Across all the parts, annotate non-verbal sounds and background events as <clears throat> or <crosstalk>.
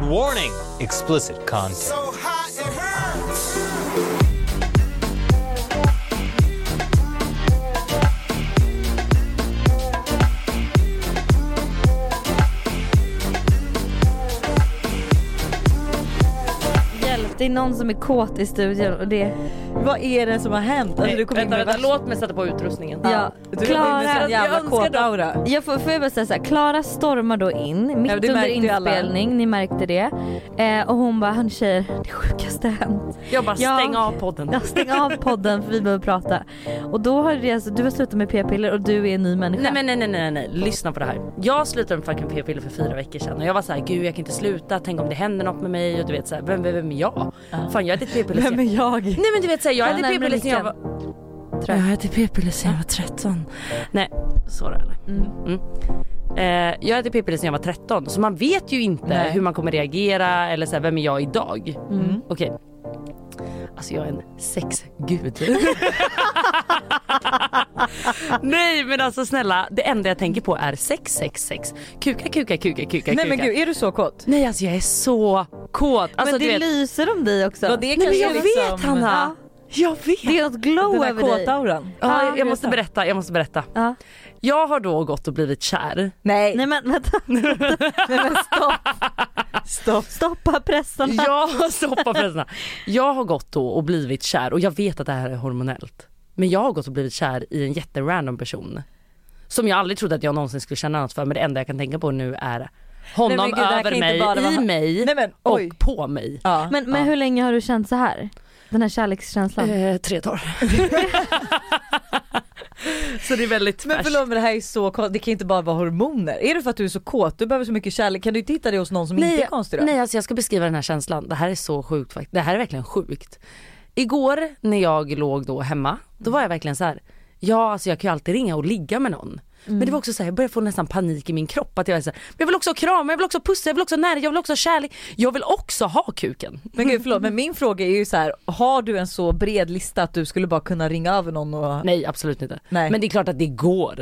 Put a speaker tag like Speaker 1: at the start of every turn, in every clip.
Speaker 1: Warning! Explicit content.
Speaker 2: So hot it hurts.
Speaker 3: Hjälp, det är någon som är kåt i studion och det...
Speaker 4: Vad är det som har hänt? Alltså, du kom in
Speaker 5: vänta,
Speaker 4: med
Speaker 5: vänta,
Speaker 4: värsta-
Speaker 5: låt mig sätta på utrustningen.
Speaker 3: Ja,
Speaker 4: Du kom in med
Speaker 3: Klara...
Speaker 4: sån jävla
Speaker 5: jag önskar dem-
Speaker 4: kåtaura.
Speaker 3: Jag får, får jag bara säga såhär, Klara stormar då in
Speaker 4: Ja,
Speaker 3: mitt
Speaker 4: det
Speaker 3: under
Speaker 4: märkte ju alla.
Speaker 3: inspelning, ni märkte det. Eh, och hon bara, hörni tjejer, det sjukaste har hänt.
Speaker 5: Jag bara
Speaker 3: Ja.
Speaker 5: stäng av podden.
Speaker 3: Ja, stäng
Speaker 4: <laughs>
Speaker 3: av podden för vi behöver prata. Och då har det alltså, du har slutat med p-piller och du är en ny människa.
Speaker 5: Nej men nej nej nej nej, lyssna på det här. Jag slutade med fucking p-piller för fyra veckor sedan och jag var så här, gud jag kan inte sluta, tänk om det händer något med mig och du vet så här, vem, vem, vem är jag? Fan jag hade ett p-piller sen
Speaker 4: Vem
Speaker 5: jag...
Speaker 4: är jag?
Speaker 5: Nej men du vet så här, jag
Speaker 3: Ja,
Speaker 5: hade
Speaker 3: närmare
Speaker 5: p-piller sen jag var...
Speaker 3: micken.
Speaker 5: Jag hade p-piller sen jag var 13. Nej, så där eller? Mm. Eh, jag hade p-piller sen jag var 13 så man vet ju inte
Speaker 4: Nej.
Speaker 5: hur man kommer reagera eller så här, vem är jag idag?
Speaker 4: Mm.
Speaker 5: Okej. Alltså jag är en sexgud. <laughs> Nej men alltså snälla, det enda jag tänker på är 666. Kuka, kuka, kuka, kuka,
Speaker 4: Nej
Speaker 5: kuka.
Speaker 4: men gud, är du så kåt?
Speaker 5: Nej alltså jag är så kåt. Alltså,
Speaker 3: men
Speaker 5: du
Speaker 3: det
Speaker 5: vet,
Speaker 3: lyser om dig också.
Speaker 4: Ja, det
Speaker 3: Nej,
Speaker 4: kanske
Speaker 3: men
Speaker 5: jag
Speaker 4: är
Speaker 3: vet.
Speaker 4: liksom-
Speaker 5: vet Hanna. Jag vet.
Speaker 3: det är något glow
Speaker 4: Den
Speaker 3: över
Speaker 4: där
Speaker 3: dig.
Speaker 4: kåtauran.
Speaker 5: Ja,
Speaker 3: Ja,
Speaker 5: jag måste berätta, jag måste berätta.
Speaker 3: Ja.
Speaker 5: Jag har då gått och blivit
Speaker 4: <laughs>
Speaker 5: kär.
Speaker 4: Nej,
Speaker 3: Nej men vänta,
Speaker 4: stopp.
Speaker 3: stoppa pressarna.
Speaker 5: Jag, stoppa förresten. Jag har gått då och blivit kär och jag vet att det här är hormonellt. Men jag har gått och blivit kär i en jätterandom person. Som jag aldrig trodde att jag någonsin skulle känna något för men det enda jag kan tänka på nu är honom
Speaker 4: Nej, men gud, det här kan
Speaker 5: över
Speaker 4: inte
Speaker 5: mig,
Speaker 4: bara
Speaker 5: i
Speaker 4: vara-
Speaker 5: mig
Speaker 4: Nej, men, oj.
Speaker 5: och på mig.
Speaker 4: Ja.
Speaker 3: Men, men hur länge har du känt så här? Den här kärlekskänslan?
Speaker 5: Eh, tre dagar. <laughs> så det är väldigt
Speaker 4: Men förlåt men det här är så konstigt, det kan inte bara vara hormoner. Är det för att du är så kåt, du behöver så mycket kärlek, kan du inte hitta det hos någon som inte är konstig då?
Speaker 5: nej alltså jag ska beskriva den här känslan. Det här är så sjukt faktiskt. Det här är verkligen sjukt. Igår när jag låg då hemma, då var jag verkligen så här. Ja alltså jag kan ju alltid ringa och ligga med någon. Men det
Speaker 4: Mm.
Speaker 5: var också så här, jag började få nästan panik i min kropp att jag är så här, men jag vill också krama, jag vill också pussa, jag vill också ha nära, jag vill också ha kärlek. Jag vill också ha kuken.
Speaker 4: Men gud förlåt, men min fråga är ju så här: har du en så bred lista att du skulle bara kunna ringa över någon och...
Speaker 5: Nej absolut inte.
Speaker 4: Nej.
Speaker 5: Men det är klart att det går.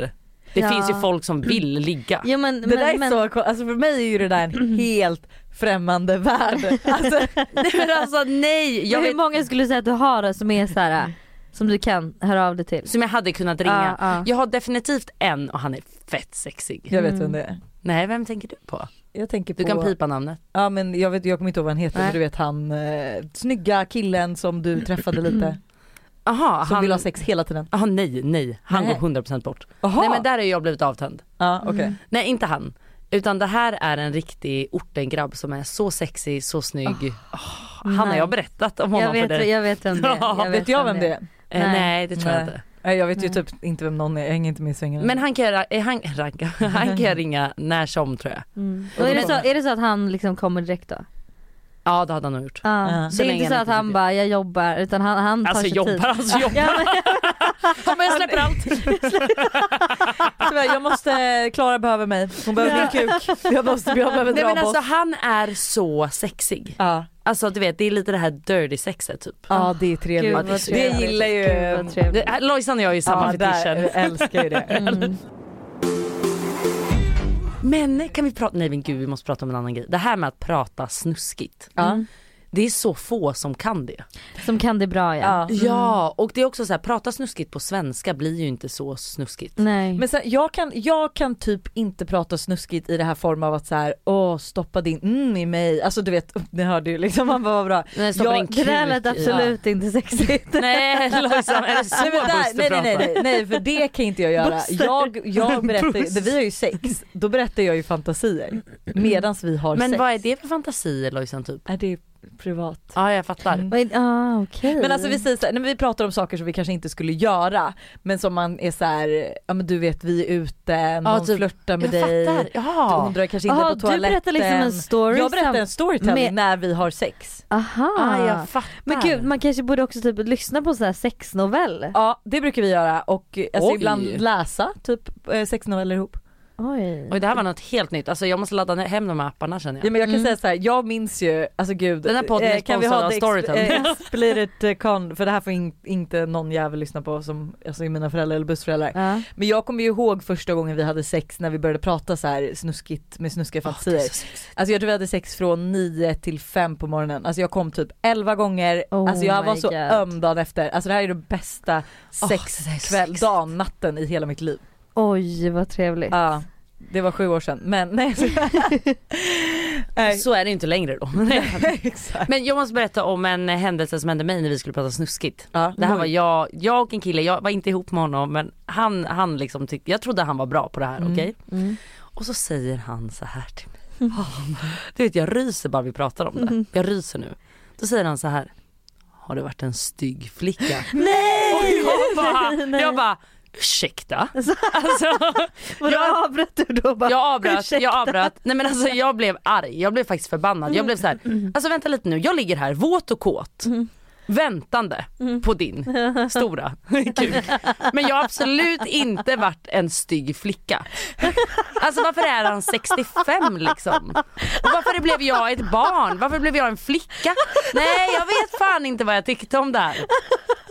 Speaker 5: Det
Speaker 3: Ja.
Speaker 5: finns ju folk som
Speaker 4: <clears throat>
Speaker 5: vill ligga.
Speaker 3: Jo, men,
Speaker 4: Det
Speaker 3: men,
Speaker 4: där är
Speaker 3: men,
Speaker 4: <laughs> så konstigt, alltså för mig är ju det där en helt främmande värld. Alltså,
Speaker 5: Nej, men alltså nej. Jag
Speaker 3: hur
Speaker 5: vet-
Speaker 3: många skulle du säga att du har det som är så här, som du kan höra av dig till?
Speaker 5: Som jag hade kunnat ringa.
Speaker 3: Ja, ja.
Speaker 5: Jag har definitivt en och han är fett sexig.
Speaker 4: jag vet vem det är.
Speaker 5: Nej vem tänker du på?
Speaker 4: mm. Jag tänker på...
Speaker 5: Du kan pipa namnet.
Speaker 4: Ja men jag, vet, jag kommer inte ihåg vad han heter,
Speaker 3: Nej.
Speaker 4: men du vet han eh, snygga killen som du träffade lite,
Speaker 5: Aha,
Speaker 4: som
Speaker 5: han...
Speaker 4: vill ha sex hela tiden.
Speaker 5: Aha, Ah, nej, nej. Han
Speaker 4: Nej.
Speaker 5: går 100% bort.
Speaker 4: Jaha!
Speaker 5: Nej men där har jag blivit avtänd.
Speaker 4: Ja okej.
Speaker 5: Nej inte han. Utan det här är en riktig ortengrabb som är så sexig, så snygg. Ah, han har
Speaker 3: nej.
Speaker 5: jag berättat om honom
Speaker 3: Jag vet,
Speaker 5: för dig.
Speaker 3: jag vet vem det är.
Speaker 5: Ja,
Speaker 3: Jag
Speaker 4: Vet, jag vem det är?
Speaker 5: Eh,
Speaker 3: Nej.
Speaker 5: nej det tror jag
Speaker 4: Nej.
Speaker 5: inte.
Speaker 4: Nej jag vet ju typ inte vem någon är, jag hänger inte med i svängen.
Speaker 5: Men han kan, jag ra- eh, han, ranka, <laughs> han kan jag ringa när som tror jag.
Speaker 3: Mm. Och är, det så, är det så att han liksom kommer direkt då?
Speaker 5: Ja det hade han nog gjort.
Speaker 3: Ja.
Speaker 4: Ja.
Speaker 5: Så
Speaker 3: Det är
Speaker 5: länge
Speaker 3: inte så
Speaker 5: han
Speaker 3: att
Speaker 5: inte
Speaker 3: han
Speaker 5: tycker-
Speaker 3: bara, jag jobbar, utan han, han tar
Speaker 5: Alltså
Speaker 3: sig tid.
Speaker 5: <laughs> jobbar, alltså jobbar.
Speaker 3: <laughs> Ja, men,
Speaker 5: Ja, men jag släpper allt.
Speaker 4: Ah, Tyvärr, jag måste, Klara behöver mig, hon behöver min kuk. Jag, måste, jag behöver
Speaker 5: Nej
Speaker 4: dra
Speaker 5: men
Speaker 4: boss.
Speaker 5: alltså han är så sexig.
Speaker 4: Ja,
Speaker 5: Alltså du vet det är lite det här dirty sexet typ.
Speaker 4: ja det är trevligt.
Speaker 3: gud,
Speaker 5: Ja,
Speaker 3: vad
Speaker 5: det
Speaker 3: trevligt.
Speaker 4: gillar ju-
Speaker 3: Gud, vad trevligt.
Speaker 5: Det- äh, Lojsan och jag är ju samma
Speaker 4: ja, där,
Speaker 5: fetischen.
Speaker 4: jag älskar ju det.
Speaker 5: Men kan vi prata, nej men gud vi måste prata om en annan grej. Det här med att prata snuskigt.
Speaker 4: Ja.
Speaker 5: Det är så få som kan det.
Speaker 3: Mm. Som kan det bra ja.
Speaker 4: Ja.
Speaker 5: Ja och det är också så här, prata snuskigt på svenska blir ju inte
Speaker 3: <laughs>
Speaker 5: så snuskigt.
Speaker 3: Nej.
Speaker 4: Men sen, jag, kan, jag kan typ inte prata snuskigt i det här form av att så här, åh stoppa din mm i mig, alltså du vet, <laughs> ni hörde ju liksom, man bara vad bra.
Speaker 5: Nej, stoppa
Speaker 4: Jag-
Speaker 5: din
Speaker 3: det där
Speaker 5: kuk
Speaker 3: lät
Speaker 5: i-
Speaker 3: absolut inte sexigt.
Speaker 5: Nej Lojsan är det så
Speaker 4: Nej, men där,
Speaker 5: Buster
Speaker 4: nej, nej, nej,
Speaker 5: pratar?
Speaker 4: nej, nej för det kan inte jag göra. Jag, jag berättar, ju- vi har ju sex, då berättar jag ju fantasier medans vi har
Speaker 5: Men
Speaker 4: sex.
Speaker 5: vad är det för fantasier Lojsan typ?
Speaker 4: Är det privat?
Speaker 5: Ja jag fattar.
Speaker 4: Mm.
Speaker 3: Vad är- Ah, okej.
Speaker 5: Mm.
Speaker 4: Men alltså vi säger så här, nej, men vi pratar om saker som vi kanske inte skulle göra men som man är så här, ja men du vet vi är ute, någon
Speaker 5: typ,
Speaker 4: flörtar med
Speaker 5: Jag
Speaker 4: dig.
Speaker 5: fattar,
Speaker 4: Hon
Speaker 5: ja.
Speaker 4: drar kanske in dig
Speaker 3: Jaha,
Speaker 4: på
Speaker 3: du
Speaker 4: toaletten.
Speaker 3: berättar liksom en story.
Speaker 4: jag berättar
Speaker 3: sam-
Speaker 4: en storytelling
Speaker 3: med-
Speaker 4: när vi har sex.
Speaker 3: Aha.
Speaker 5: Ah, jag fattar.
Speaker 3: men gud man kanske borde också typ lyssna på så här sexnovell.
Speaker 4: Ja det brukar vi göra och eh, alltså,
Speaker 5: Oj.
Speaker 4: ibland läsa typ eh, sexnoveller ihop.
Speaker 3: Oj.
Speaker 5: Och det här var något helt nytt. Alltså jag måste ladda ner- hem de här apparna känner
Speaker 4: Ja,
Speaker 5: jag.
Speaker 4: men jag kan säga så här, jag minns ju, alltså gud.
Speaker 5: Mm. Den här podden är
Speaker 4: kan vi
Speaker 5: sponsrad
Speaker 4: ha
Speaker 5: av
Speaker 4: det ex-
Speaker 5: Storytel?
Speaker 4: Eh, explicit eh, con, för det här får in, inte någon jävel lyssna på som, alltså mina föräldrar eller bussföräldrar.
Speaker 3: Ja.
Speaker 4: Men jag kommer ju ihåg första gången vi hade sex när vi började prata så här snuskigt med snuskiga fantasier. alltså jag tror vi hade sex från 9 till 5 på morgonen. Alltså jag kom typ 11 gånger,
Speaker 3: Oh
Speaker 4: alltså jag var
Speaker 3: my
Speaker 4: så
Speaker 3: God.
Speaker 4: öm dagen efter. Alltså det här är den bästa
Speaker 5: Åh, det är så
Speaker 4: sexkväll,
Speaker 5: sexigt.
Speaker 4: dagen, natten i hela mitt liv.
Speaker 3: Oj vad trevligt.
Speaker 4: Ja, det var sju år sedan men <laughs> nej. nej.
Speaker 5: Så är det inte längre då. <laughs>
Speaker 4: Exakt.
Speaker 5: Men jag måste berätta om en händelse som hände mig när vi skulle prata snuskigt.
Speaker 4: Ja,
Speaker 5: Det här var jag, jag och en kille, jag var inte ihop med honom men han, han liksom tyckte, jag trodde han var bra på det här okej.
Speaker 3: Mm.
Speaker 5: Och så säger han så här till mig. Ah, Du vet jag ryser bara vi pratar om
Speaker 3: Mm.
Speaker 5: det. Jag ryser nu. Då säger han så här. Har du varit en stygg flicka?
Speaker 3: Nej!
Speaker 5: Jag bara,
Speaker 3: Nej, nej.
Speaker 5: jag bara
Speaker 3: <laughs>
Speaker 5: ursäkta. Alltså,
Speaker 3: Vadå
Speaker 5: jag-
Speaker 3: avbröt du då? Bara,
Speaker 5: jag avbröt,
Speaker 3: ursäkta.
Speaker 5: jag avbröt. Nej men alltså jag blev arg, jag blev faktiskt förbannad. Jag blev så här, alltså vänta lite nu, jag ligger här våt och kåt. Väntande på din stora kuk. Men jag har absolut inte varit en stygg flicka. Alltså varför är han 65 liksom? Och varför blev jag ett barn? Varför blev jag en flicka? Nej jag vet fan inte vad jag tyckte om det här.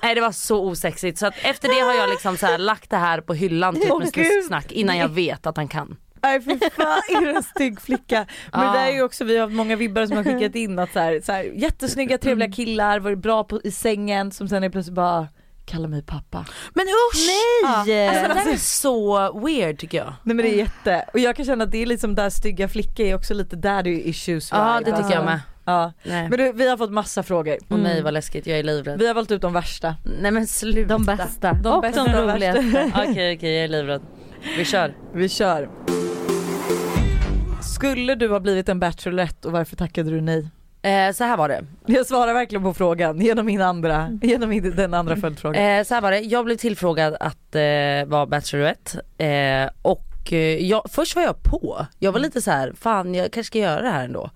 Speaker 5: Nej det var så osexigt så att efter det har jag liksom så här, lagt det här på hyllan typ
Speaker 4: Åh,
Speaker 5: med
Speaker 4: Gud.
Speaker 5: snusksnack innan jag vet att han kan.
Speaker 4: Nej fy fan, är du en stygg flicka? Men
Speaker 5: Ja.
Speaker 4: det där
Speaker 3: Ah.
Speaker 4: är ju också, vi har haft många vibbar som har skickat in att så här, så här, jättesnygga
Speaker 3: Mm.
Speaker 4: trevliga killar, varit bra på, i sängen som sen är plötsligt bara kallar mig pappa.
Speaker 5: Men usch!
Speaker 3: Nej!
Speaker 5: Alltså, det där är så weird tycker jag.
Speaker 4: Nej men det är jätte, och jag kan känna att det är liksom där stygga flicka är också lite daddy issues.
Speaker 5: Ja
Speaker 4: vibe.
Speaker 5: det tycker jag med.
Speaker 4: Ja.
Speaker 5: Nej.
Speaker 4: Men du, vi har fått massa frågor.
Speaker 5: Och nej vad läskigt, jag är livrädd.
Speaker 4: Vi har valt ut de värsta.
Speaker 5: Nej men sluta.
Speaker 3: De bästa
Speaker 4: De
Speaker 3: och
Speaker 4: bästa,
Speaker 3: de
Speaker 4: värsta.
Speaker 3: roligaste.
Speaker 5: <laughs> Okej okej jag är livrädd. Vi kör.
Speaker 4: Vi kör. Skulle du ha blivit en bachelorette och varför tackade du nej?
Speaker 5: Eh, så här var det.
Speaker 4: Jag svarar verkligen på frågan genom min andra, genom min, den andra följdfrågan.
Speaker 5: Eh, så här var det, jag blev tillfrågad att eh, vara Bachelorette eh, och eh, jag, först var jag på. Jag var lite så här, fan jag kanske ska göra det här ändå.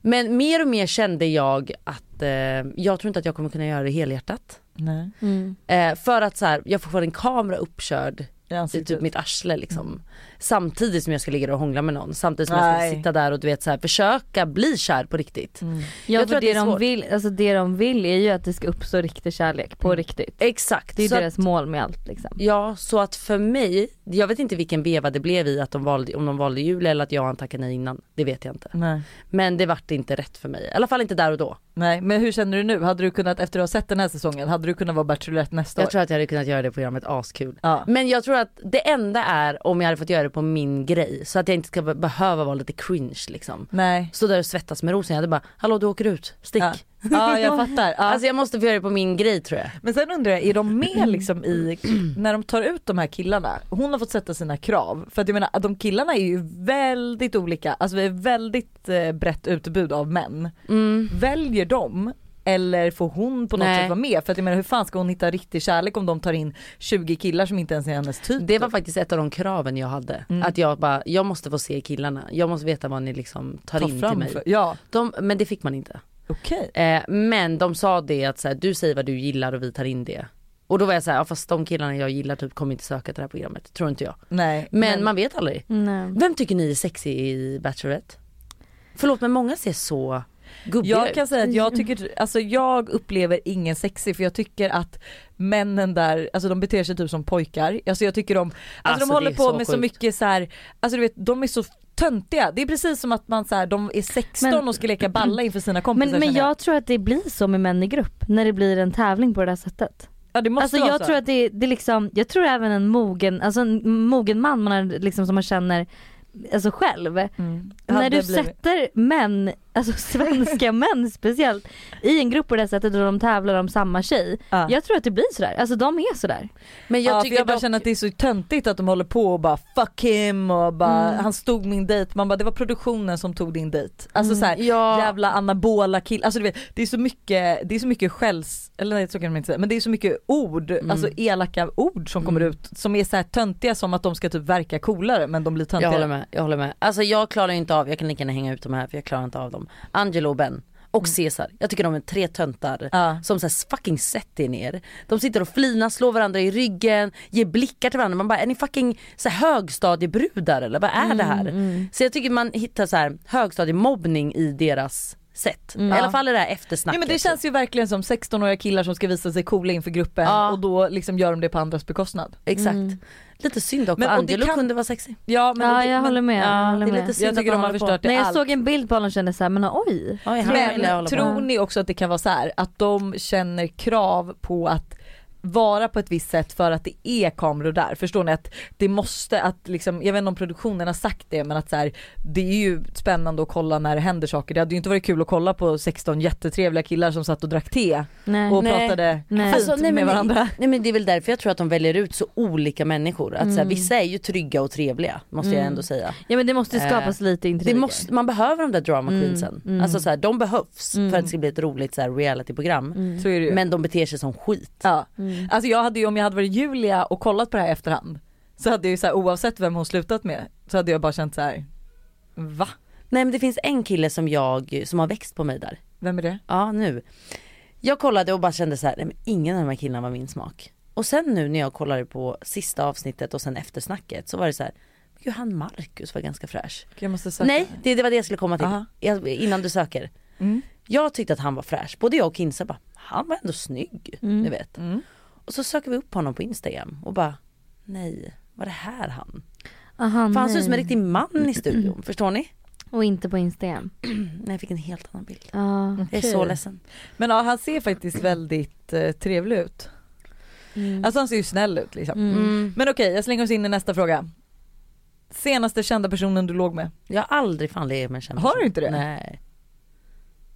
Speaker 5: Men mer och mer kände jag att eh, jag tror inte att jag kommer kunna göra det helhjärtat.
Speaker 4: Nej.
Speaker 3: Mm.
Speaker 5: Eh, för att så här, jag får få en kamera uppkörd
Speaker 4: I
Speaker 5: i
Speaker 4: ansiktet.
Speaker 5: typ mitt arsle liksom. Samtidigt som jag ska ligga där och hångla med någon. Samtidigt som jag
Speaker 4: Nej.
Speaker 5: ska sitta där och du vet så här, försöka bli kär på riktigt.
Speaker 3: Ja,
Speaker 5: Jag
Speaker 3: jag
Speaker 5: tror
Speaker 3: tror
Speaker 5: att
Speaker 3: det,
Speaker 5: det är
Speaker 3: de
Speaker 5: svårt.
Speaker 3: vill, alltså det de vill är ju att det ska uppstå riktig kärlek på riktigt.
Speaker 5: Exakt.
Speaker 3: Det är ju
Speaker 5: så
Speaker 3: deras
Speaker 5: att,
Speaker 3: mål med allt liksom.
Speaker 5: ja så att för mig, jag vet inte vilken veva det blev i att de valde, om de valde Julia eller att jag och han tackade nej innan. Det vet jag inte.
Speaker 4: Nej.
Speaker 5: Men det vart inte rätt för mig. I alla fall inte där och då.
Speaker 4: Nej, men hur känner du nu? Hade du kunnat, efter att ha sett den här säsongen, hade du kunnat vara Bachelorette nästa
Speaker 5: Jag
Speaker 4: år?
Speaker 5: tror att jag hade kunnat göra det programmet askul.
Speaker 4: Ja.
Speaker 5: Men jag tror att det enda är om jag hade fått göra det på min grej. Så att jag inte ska be- behöva vara lite cringe liksom.
Speaker 4: Nej.
Speaker 5: Stå där och svettas med rosen. Jag hade bara, hallå du åker ut, stick.
Speaker 4: Ja.
Speaker 5: <laughs>
Speaker 4: ja, jag fattar. Ja.
Speaker 5: Alltså jag måste få göra det på min grej tror jag.
Speaker 4: men sen undrar jag, är de med liksom i, när de tar ut de här killarna, hon har fått sätta sina krav. För att jag menar, de killarna är ju väldigt olika, alltså vi är väldigt eh, brett utbud av män. Väljer de eller får hon på något
Speaker 5: Nej.
Speaker 4: sätt vara med? För att jag menar hur fan ska hon hitta riktig kärlek om de tar in 20 killar som inte ens är hennes typ?
Speaker 5: Det var faktiskt ett av de kraven jag hade.
Speaker 4: Mm.
Speaker 5: Att jag bara, jag måste få se killarna. Jag måste veta vad ni liksom tar
Speaker 4: Ta
Speaker 5: in
Speaker 4: fram
Speaker 5: till mig.
Speaker 4: för- Ja,
Speaker 5: De, men det fick man inte.
Speaker 4: okej.
Speaker 5: Eh, men de sa det att så här, du säger vad du gillar och vi tar in det. Och då var jag så här, ja, fast de killarna jag gillar typ kommer inte söka till det här programmet. Tror inte jag.
Speaker 4: Nej.
Speaker 5: Men, man vet aldrig.
Speaker 3: Nej.
Speaker 5: Vem tycker ni är sexig i Bachelorette? Förlåt men många ser så gubbiga
Speaker 4: Jag
Speaker 5: ut.
Speaker 4: kan säga att jag tycker, alltså jag upplever ingen sexig för jag tycker att männen där, alltså de beter sig typ som pojkar. Alltså jag tycker de, alltså,
Speaker 5: Alltså,
Speaker 4: de håller
Speaker 5: det är
Speaker 4: på
Speaker 5: så
Speaker 4: med så
Speaker 5: sjukt.
Speaker 4: mycket så här, alltså du vet de är så töntiga. Det är precis som att man så här, de är 16
Speaker 3: Men-
Speaker 4: och ska leka balla inför sina kompisar
Speaker 3: Men, men
Speaker 4: känner
Speaker 3: jag tror att det blir så med män i grupp när det blir en tävling på det här sättet.
Speaker 4: ja, det måste
Speaker 3: Alltså
Speaker 4: vara
Speaker 3: jag
Speaker 4: så.
Speaker 3: tror att det, det liksom, jag tror även en mogen, alltså en mogen man man har liksom, som man känner Alltså själv. När
Speaker 5: Mm.
Speaker 4: Hade
Speaker 3: du
Speaker 4: blivit-
Speaker 3: sätter män,
Speaker 5: <laughs>
Speaker 3: alltså svenska män speciellt, i en grupp på det här sättet och de tävlar om samma tjej.
Speaker 4: Ja.
Speaker 3: Jag tror att det blir sådär, alltså de är sådär.
Speaker 5: men jag
Speaker 4: ja, för
Speaker 5: tycker
Speaker 4: jag bara
Speaker 5: dock-
Speaker 4: känner att det är så töntigt att de håller på och bara fuck him och bara han stod min dejt. Man bara det var produktionen som tog din dejt. Alltså så här,
Speaker 5: Ja.
Speaker 4: jävla anabola kill. Alltså du vet det är så mycket, det är så mycket skälls, eller nej så kan man inte säga, men det är så mycket ord,
Speaker 5: Mm.
Speaker 4: alltså elaka ord som kommer ut som är så här töntiga som att de ska typ verka coolare men de blir
Speaker 5: Jag
Speaker 4: töntiga.
Speaker 5: håller med, jag håller med. Alltså jag klarar ju inte av, jag kan lika gärna hänga ut de här för jag klarar inte av dem. Angelo och Ben. och Cesar. Jag tycker de är tre töntar
Speaker 4: Mm. Ja.
Speaker 5: som så här fucking sätter ner. De sitter och flinar, slår varandra i ryggen, ger blickar till varandra. Man bara är ni fucking så här, högstadiebrudar eller vad är det här?
Speaker 4: Mm,
Speaker 5: Så jag tycker man hittar så här, högstadiemobbning i deras sätt. I alla fall i det här eftersnacket.
Speaker 4: Nej, Mm. men det känns ju verkligen som 16-åriga killar som ska visa sig coola inför gruppen
Speaker 5: Ja.
Speaker 4: och då liksom gör de det på andras bekostnad.
Speaker 5: Exakt. Lite synd dock
Speaker 4: Mm. Men-
Speaker 5: för
Speaker 4: och det
Speaker 5: Angelo
Speaker 4: kan-
Speaker 5: kunde vara sexig.
Speaker 4: Ja,
Speaker 3: Ja, jag håller med. jag håller
Speaker 5: det är
Speaker 3: med.
Speaker 5: lite synd
Speaker 4: Jag
Speaker 5: att
Speaker 4: tycker
Speaker 5: man
Speaker 4: de har
Speaker 5: håller på.
Speaker 4: förstört det
Speaker 3: När jag
Speaker 4: allt.
Speaker 3: såg en bild på honom kände jag såhär, men oj.
Speaker 5: Oj, han vill jag
Speaker 4: Men
Speaker 5: hålla på.
Speaker 4: tror ni också att det kan vara så här att de känner krav på att vara på ett visst sätt för att det är kameror där. Förstår ni att det måste att liksom, jag vet inte om produktionen har sagt det men att så här, det är ju spännande att kolla när det händer saker. Det hade ju inte varit kul att kolla på 16 jättetrevliga killar som satt och drack te
Speaker 3: Nej.
Speaker 4: och
Speaker 5: Nej.
Speaker 4: pratade
Speaker 3: Nej.
Speaker 4: fint
Speaker 5: Alltså, nej,
Speaker 4: med
Speaker 5: men,
Speaker 4: varandra.
Speaker 5: Nej men det är väl därför jag tror att de väljer ut så olika människor. Att,
Speaker 4: Mm.
Speaker 5: så här, vissa är ju trygga och trevliga måste jag ändå säga.
Speaker 3: Ja men det måste ju skapas lite
Speaker 5: Eh. Det
Speaker 3: intriger.
Speaker 5: måste, man behöver de där drama
Speaker 4: Mm.
Speaker 5: queensen. Alltså så här, de behövs för att det ska bli ett roligt så här, realityprogram.
Speaker 3: Mm.
Speaker 4: Så är det ju.
Speaker 5: Mm. Men Mm. de beter sig som skit.
Speaker 4: Ja. Alltså jag hade ju, om jag hade varit Julia och kollat på det här i efterhand så hade jag ju så här, oavsett vem hon slutat med så hade jag bara känt så här. va?
Speaker 5: Nej men det finns en kille som jag, som har växt på mig där.
Speaker 4: Vem är det?
Speaker 5: Ja nu. Jag kollade och bara kände så här, nej, men ingen av de här killarna var min smak. Och sen nu när jag kollade på sista avsnittet och sen eftersnacket så var det så här, gud han Marcus var ganska fräsch.
Speaker 4: Jag måste söka.
Speaker 5: Nej, det, det var det jag skulle komma till.
Speaker 4: Aha.
Speaker 5: Jag, innan du söker.
Speaker 4: Mm.
Speaker 5: Jag tyckte att han var fräsch. Både jag och Kinsa bara, han var ändå snygg.
Speaker 4: Mm.
Speaker 5: Du vet. Och så söker vi upp honom på Instagram och bara, nej, var det här han?
Speaker 3: Aha,
Speaker 5: För han ser
Speaker 3: Ah, nej.
Speaker 5: ut som en riktig man i
Speaker 4: <clears throat>
Speaker 5: studion. Förstår ni?
Speaker 3: Och inte på Instagram.
Speaker 5: Nej, jag fick en helt annan bild.
Speaker 3: Ja.
Speaker 5: Jag Mm. är så ledsen.
Speaker 4: Men ja, han ser faktiskt väldigt eh, trevlig ut.
Speaker 3: Mm.
Speaker 4: Alltså han ser ju snäll ut liksom.
Speaker 5: Mm.
Speaker 4: Men okej, jag slänger oss in i nästa fråga. Senaste kända personen du låg med?
Speaker 5: Jag har aldrig fan levt med en känd
Speaker 4: Har
Speaker 5: person.
Speaker 4: du inte det?
Speaker 5: Nej.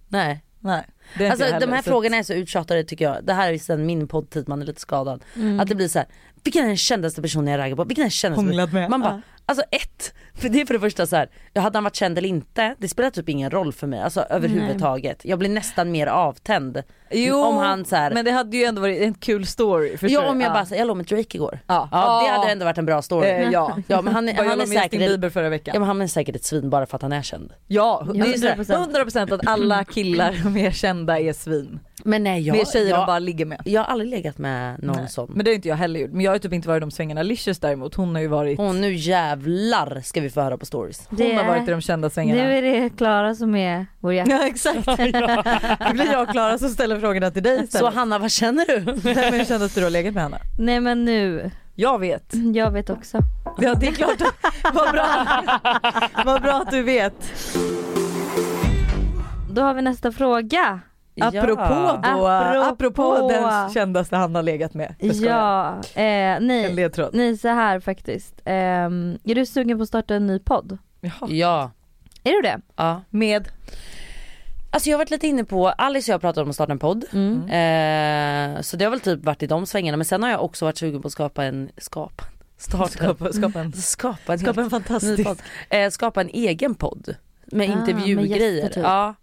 Speaker 5: Nej.
Speaker 4: Nej. det är inte
Speaker 5: Alltså
Speaker 4: jag heller,
Speaker 5: de här
Speaker 4: så-
Speaker 5: frågorna är så uttjatade tycker jag. Det här är sedan min poddtid, man är lite skadad. Att
Speaker 3: Mm.
Speaker 4: Mm.
Speaker 5: det blir så här, vilken är den kändaste personen jag raggar på? Vilken är den kändaste?
Speaker 4: Hånglat med.
Speaker 5: Man bara, alltså ett, för det är för det första så här, jag hade han varit känd eller inte, det spelar typ ingen roll för mig. Alltså överhuvudtaget. Jag blir nästan mer avtänd.
Speaker 4: Jo,
Speaker 5: om han så här,
Speaker 4: men det hade ju ändå varit en kul story. förstår
Speaker 5: ja
Speaker 4: du?
Speaker 5: om jag bara, så här, jag låg med Drake igår.
Speaker 4: Ja.
Speaker 5: Ja, det
Speaker 4: Ja.
Speaker 5: hade ändå varit en bra story.
Speaker 4: Eh, ja.
Speaker 5: Ja men han, <laughs> är-
Speaker 4: Vad jag
Speaker 5: han, är
Speaker 4: låg med Justin
Speaker 5: säkert,
Speaker 4: Bieber förra veckan.
Speaker 5: ja, men han är säkert ett svin bara för att han är känd.
Speaker 4: Ja,
Speaker 3: Ja,
Speaker 4: det är
Speaker 3: 100%.
Speaker 4: 100 procent att alla killar som är kända är svin.
Speaker 5: Men nej jag,
Speaker 4: det är tjejer de
Speaker 5: jag,
Speaker 4: bara ligger med.
Speaker 5: jag har aldrig legat med någon som
Speaker 4: Men det har inte jag heller gjort. Men jag har ju typ inte varit i de svängarna. Licious däremot, hon har ju varit, hon,
Speaker 5: Åh nu jävlar ska vi få höra på stories.
Speaker 3: Det
Speaker 4: har
Speaker 3: är-
Speaker 4: varit i de kända svängarna. <laughs>
Speaker 3: Nu är det Klara som är vår hjärta.
Speaker 4: Ja exakt. Det blir jag och Klara som ställer frågorna till dig
Speaker 5: Så
Speaker 4: istället.
Speaker 5: Hanna vad känner du?
Speaker 4: Nej, men kändes det då legat med Hanna?
Speaker 3: Nej men nu,
Speaker 4: Jag vet.
Speaker 3: jag vet också.
Speaker 4: Ja, det är klart. Vad bra. Vad bra att du vet.
Speaker 3: Då har vi nästa fråga.
Speaker 4: Apropå då, apropå,
Speaker 3: Apropå.
Speaker 4: den kändaste Hanna legat med. Jag skojar.
Speaker 3: Ja, eh,
Speaker 4: En
Speaker 3: nej,
Speaker 4: ledtråd.
Speaker 3: nej så här faktiskt. Ehm, är du sugen på att starta en ny podd?
Speaker 5: Ja.
Speaker 4: Jaha.
Speaker 5: ja.
Speaker 3: Är du det?
Speaker 5: ja.
Speaker 4: Med.
Speaker 5: Alltså jag har varit lite inne på, Alice och jag pratade om att starta en podd.
Speaker 3: Mm.
Speaker 5: Eh, så det har väl typ varit i de svängarna. Men sen har jag också varit sugen på att skapa en, skapa, starta,
Speaker 4: Skapa, skapa en.
Speaker 5: skapa en,
Speaker 4: Skapa
Speaker 5: helt
Speaker 4: en
Speaker 5: ny
Speaker 4: fantastisk.
Speaker 5: podd. Eh, skapa en egen podd. Med
Speaker 3: Ah, med
Speaker 5: intervjugrejer.
Speaker 3: gäster typ. Mm.
Speaker 5: ja,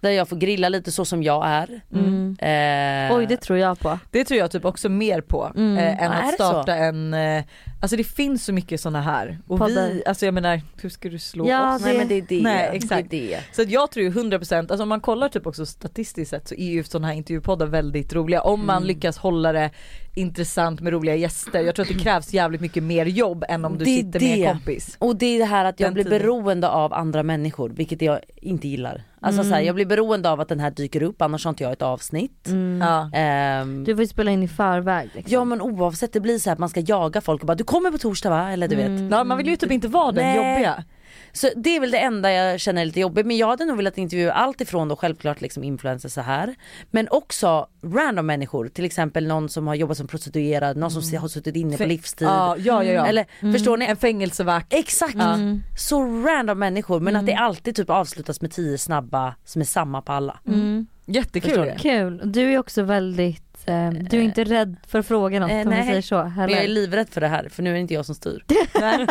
Speaker 5: där jag får grilla lite så som jag är. Eh,
Speaker 3: Oj det tror jag på.
Speaker 4: Det tror jag typ också mer på eh, än
Speaker 5: Ja, är
Speaker 4: att
Speaker 5: det så?
Speaker 4: starta en, eh, alltså det finns så mycket sådana här och vi,
Speaker 3: Poddar.
Speaker 4: alltså jag menar hur ska du slå
Speaker 3: Ja,
Speaker 4: oss?
Speaker 5: Nej men det är det.
Speaker 4: Nej, exakt.
Speaker 5: Det är det.
Speaker 4: Så att jag tror ju 100%, alltså om man kollar typ också statistiskt sett så är ju sådana här intervjupoddar väldigt roliga om
Speaker 5: Mm.
Speaker 4: man lyckas hålla det intressant med roliga gäster. Jag tror att det krävs jävligt mycket mer jobb än om du
Speaker 5: Det är
Speaker 4: sitter med
Speaker 5: det.
Speaker 4: en kompis.
Speaker 5: Och det är det här att jag
Speaker 4: Den
Speaker 5: blir
Speaker 4: tiden.
Speaker 5: beroende av andra människor, vilket jag inte gillar. Alltså så här, jag blir beroende av att den här dyker upp, annars har inte jag ett avsnitt.
Speaker 4: Mm. Ja.
Speaker 5: Ehm,
Speaker 3: Du får ju spela in i förväg. Liksom.
Speaker 5: ja men oavsett, det blir så här att man ska jaga folk och bara du kommer på torsdag va? Eller du vet.
Speaker 3: Mm.
Speaker 4: Ja, man vill ju typ inte vara den
Speaker 5: Mm. Nej.
Speaker 4: jobbiga.
Speaker 5: Så det är väl det enda jag känner är lite jobbigt. Men jag hade nog velat intervjua allt ifrån då självklart liksom influencers så här. Men också random människor, till exempel någon som har jobbat som prostituerad, någon som har suttit inne på
Speaker 4: Fe-
Speaker 5: livstid.
Speaker 4: Mm. Ja, ja, ja, Mm. ja.
Speaker 5: typ. Eller förstår ni?
Speaker 4: En fängelsevakt.
Speaker 5: Exakt!
Speaker 3: Mm.
Speaker 5: Så random människor men
Speaker 4: Mm.
Speaker 5: att det alltid typ avslutas med tio snabba som är samma på alla.
Speaker 4: Mm.
Speaker 5: Förstår
Speaker 4: Jättekul.
Speaker 5: ni?
Speaker 3: Mm. Kul. Du är också väldigt, eh, du är inte rädd för att fråga något
Speaker 5: eh,
Speaker 3: om vi
Speaker 5: nej.
Speaker 3: säger så.
Speaker 5: Men jag är
Speaker 3: Heller.
Speaker 5: livrädd för det här för nu är det inte jag som styr.
Speaker 4: Nej,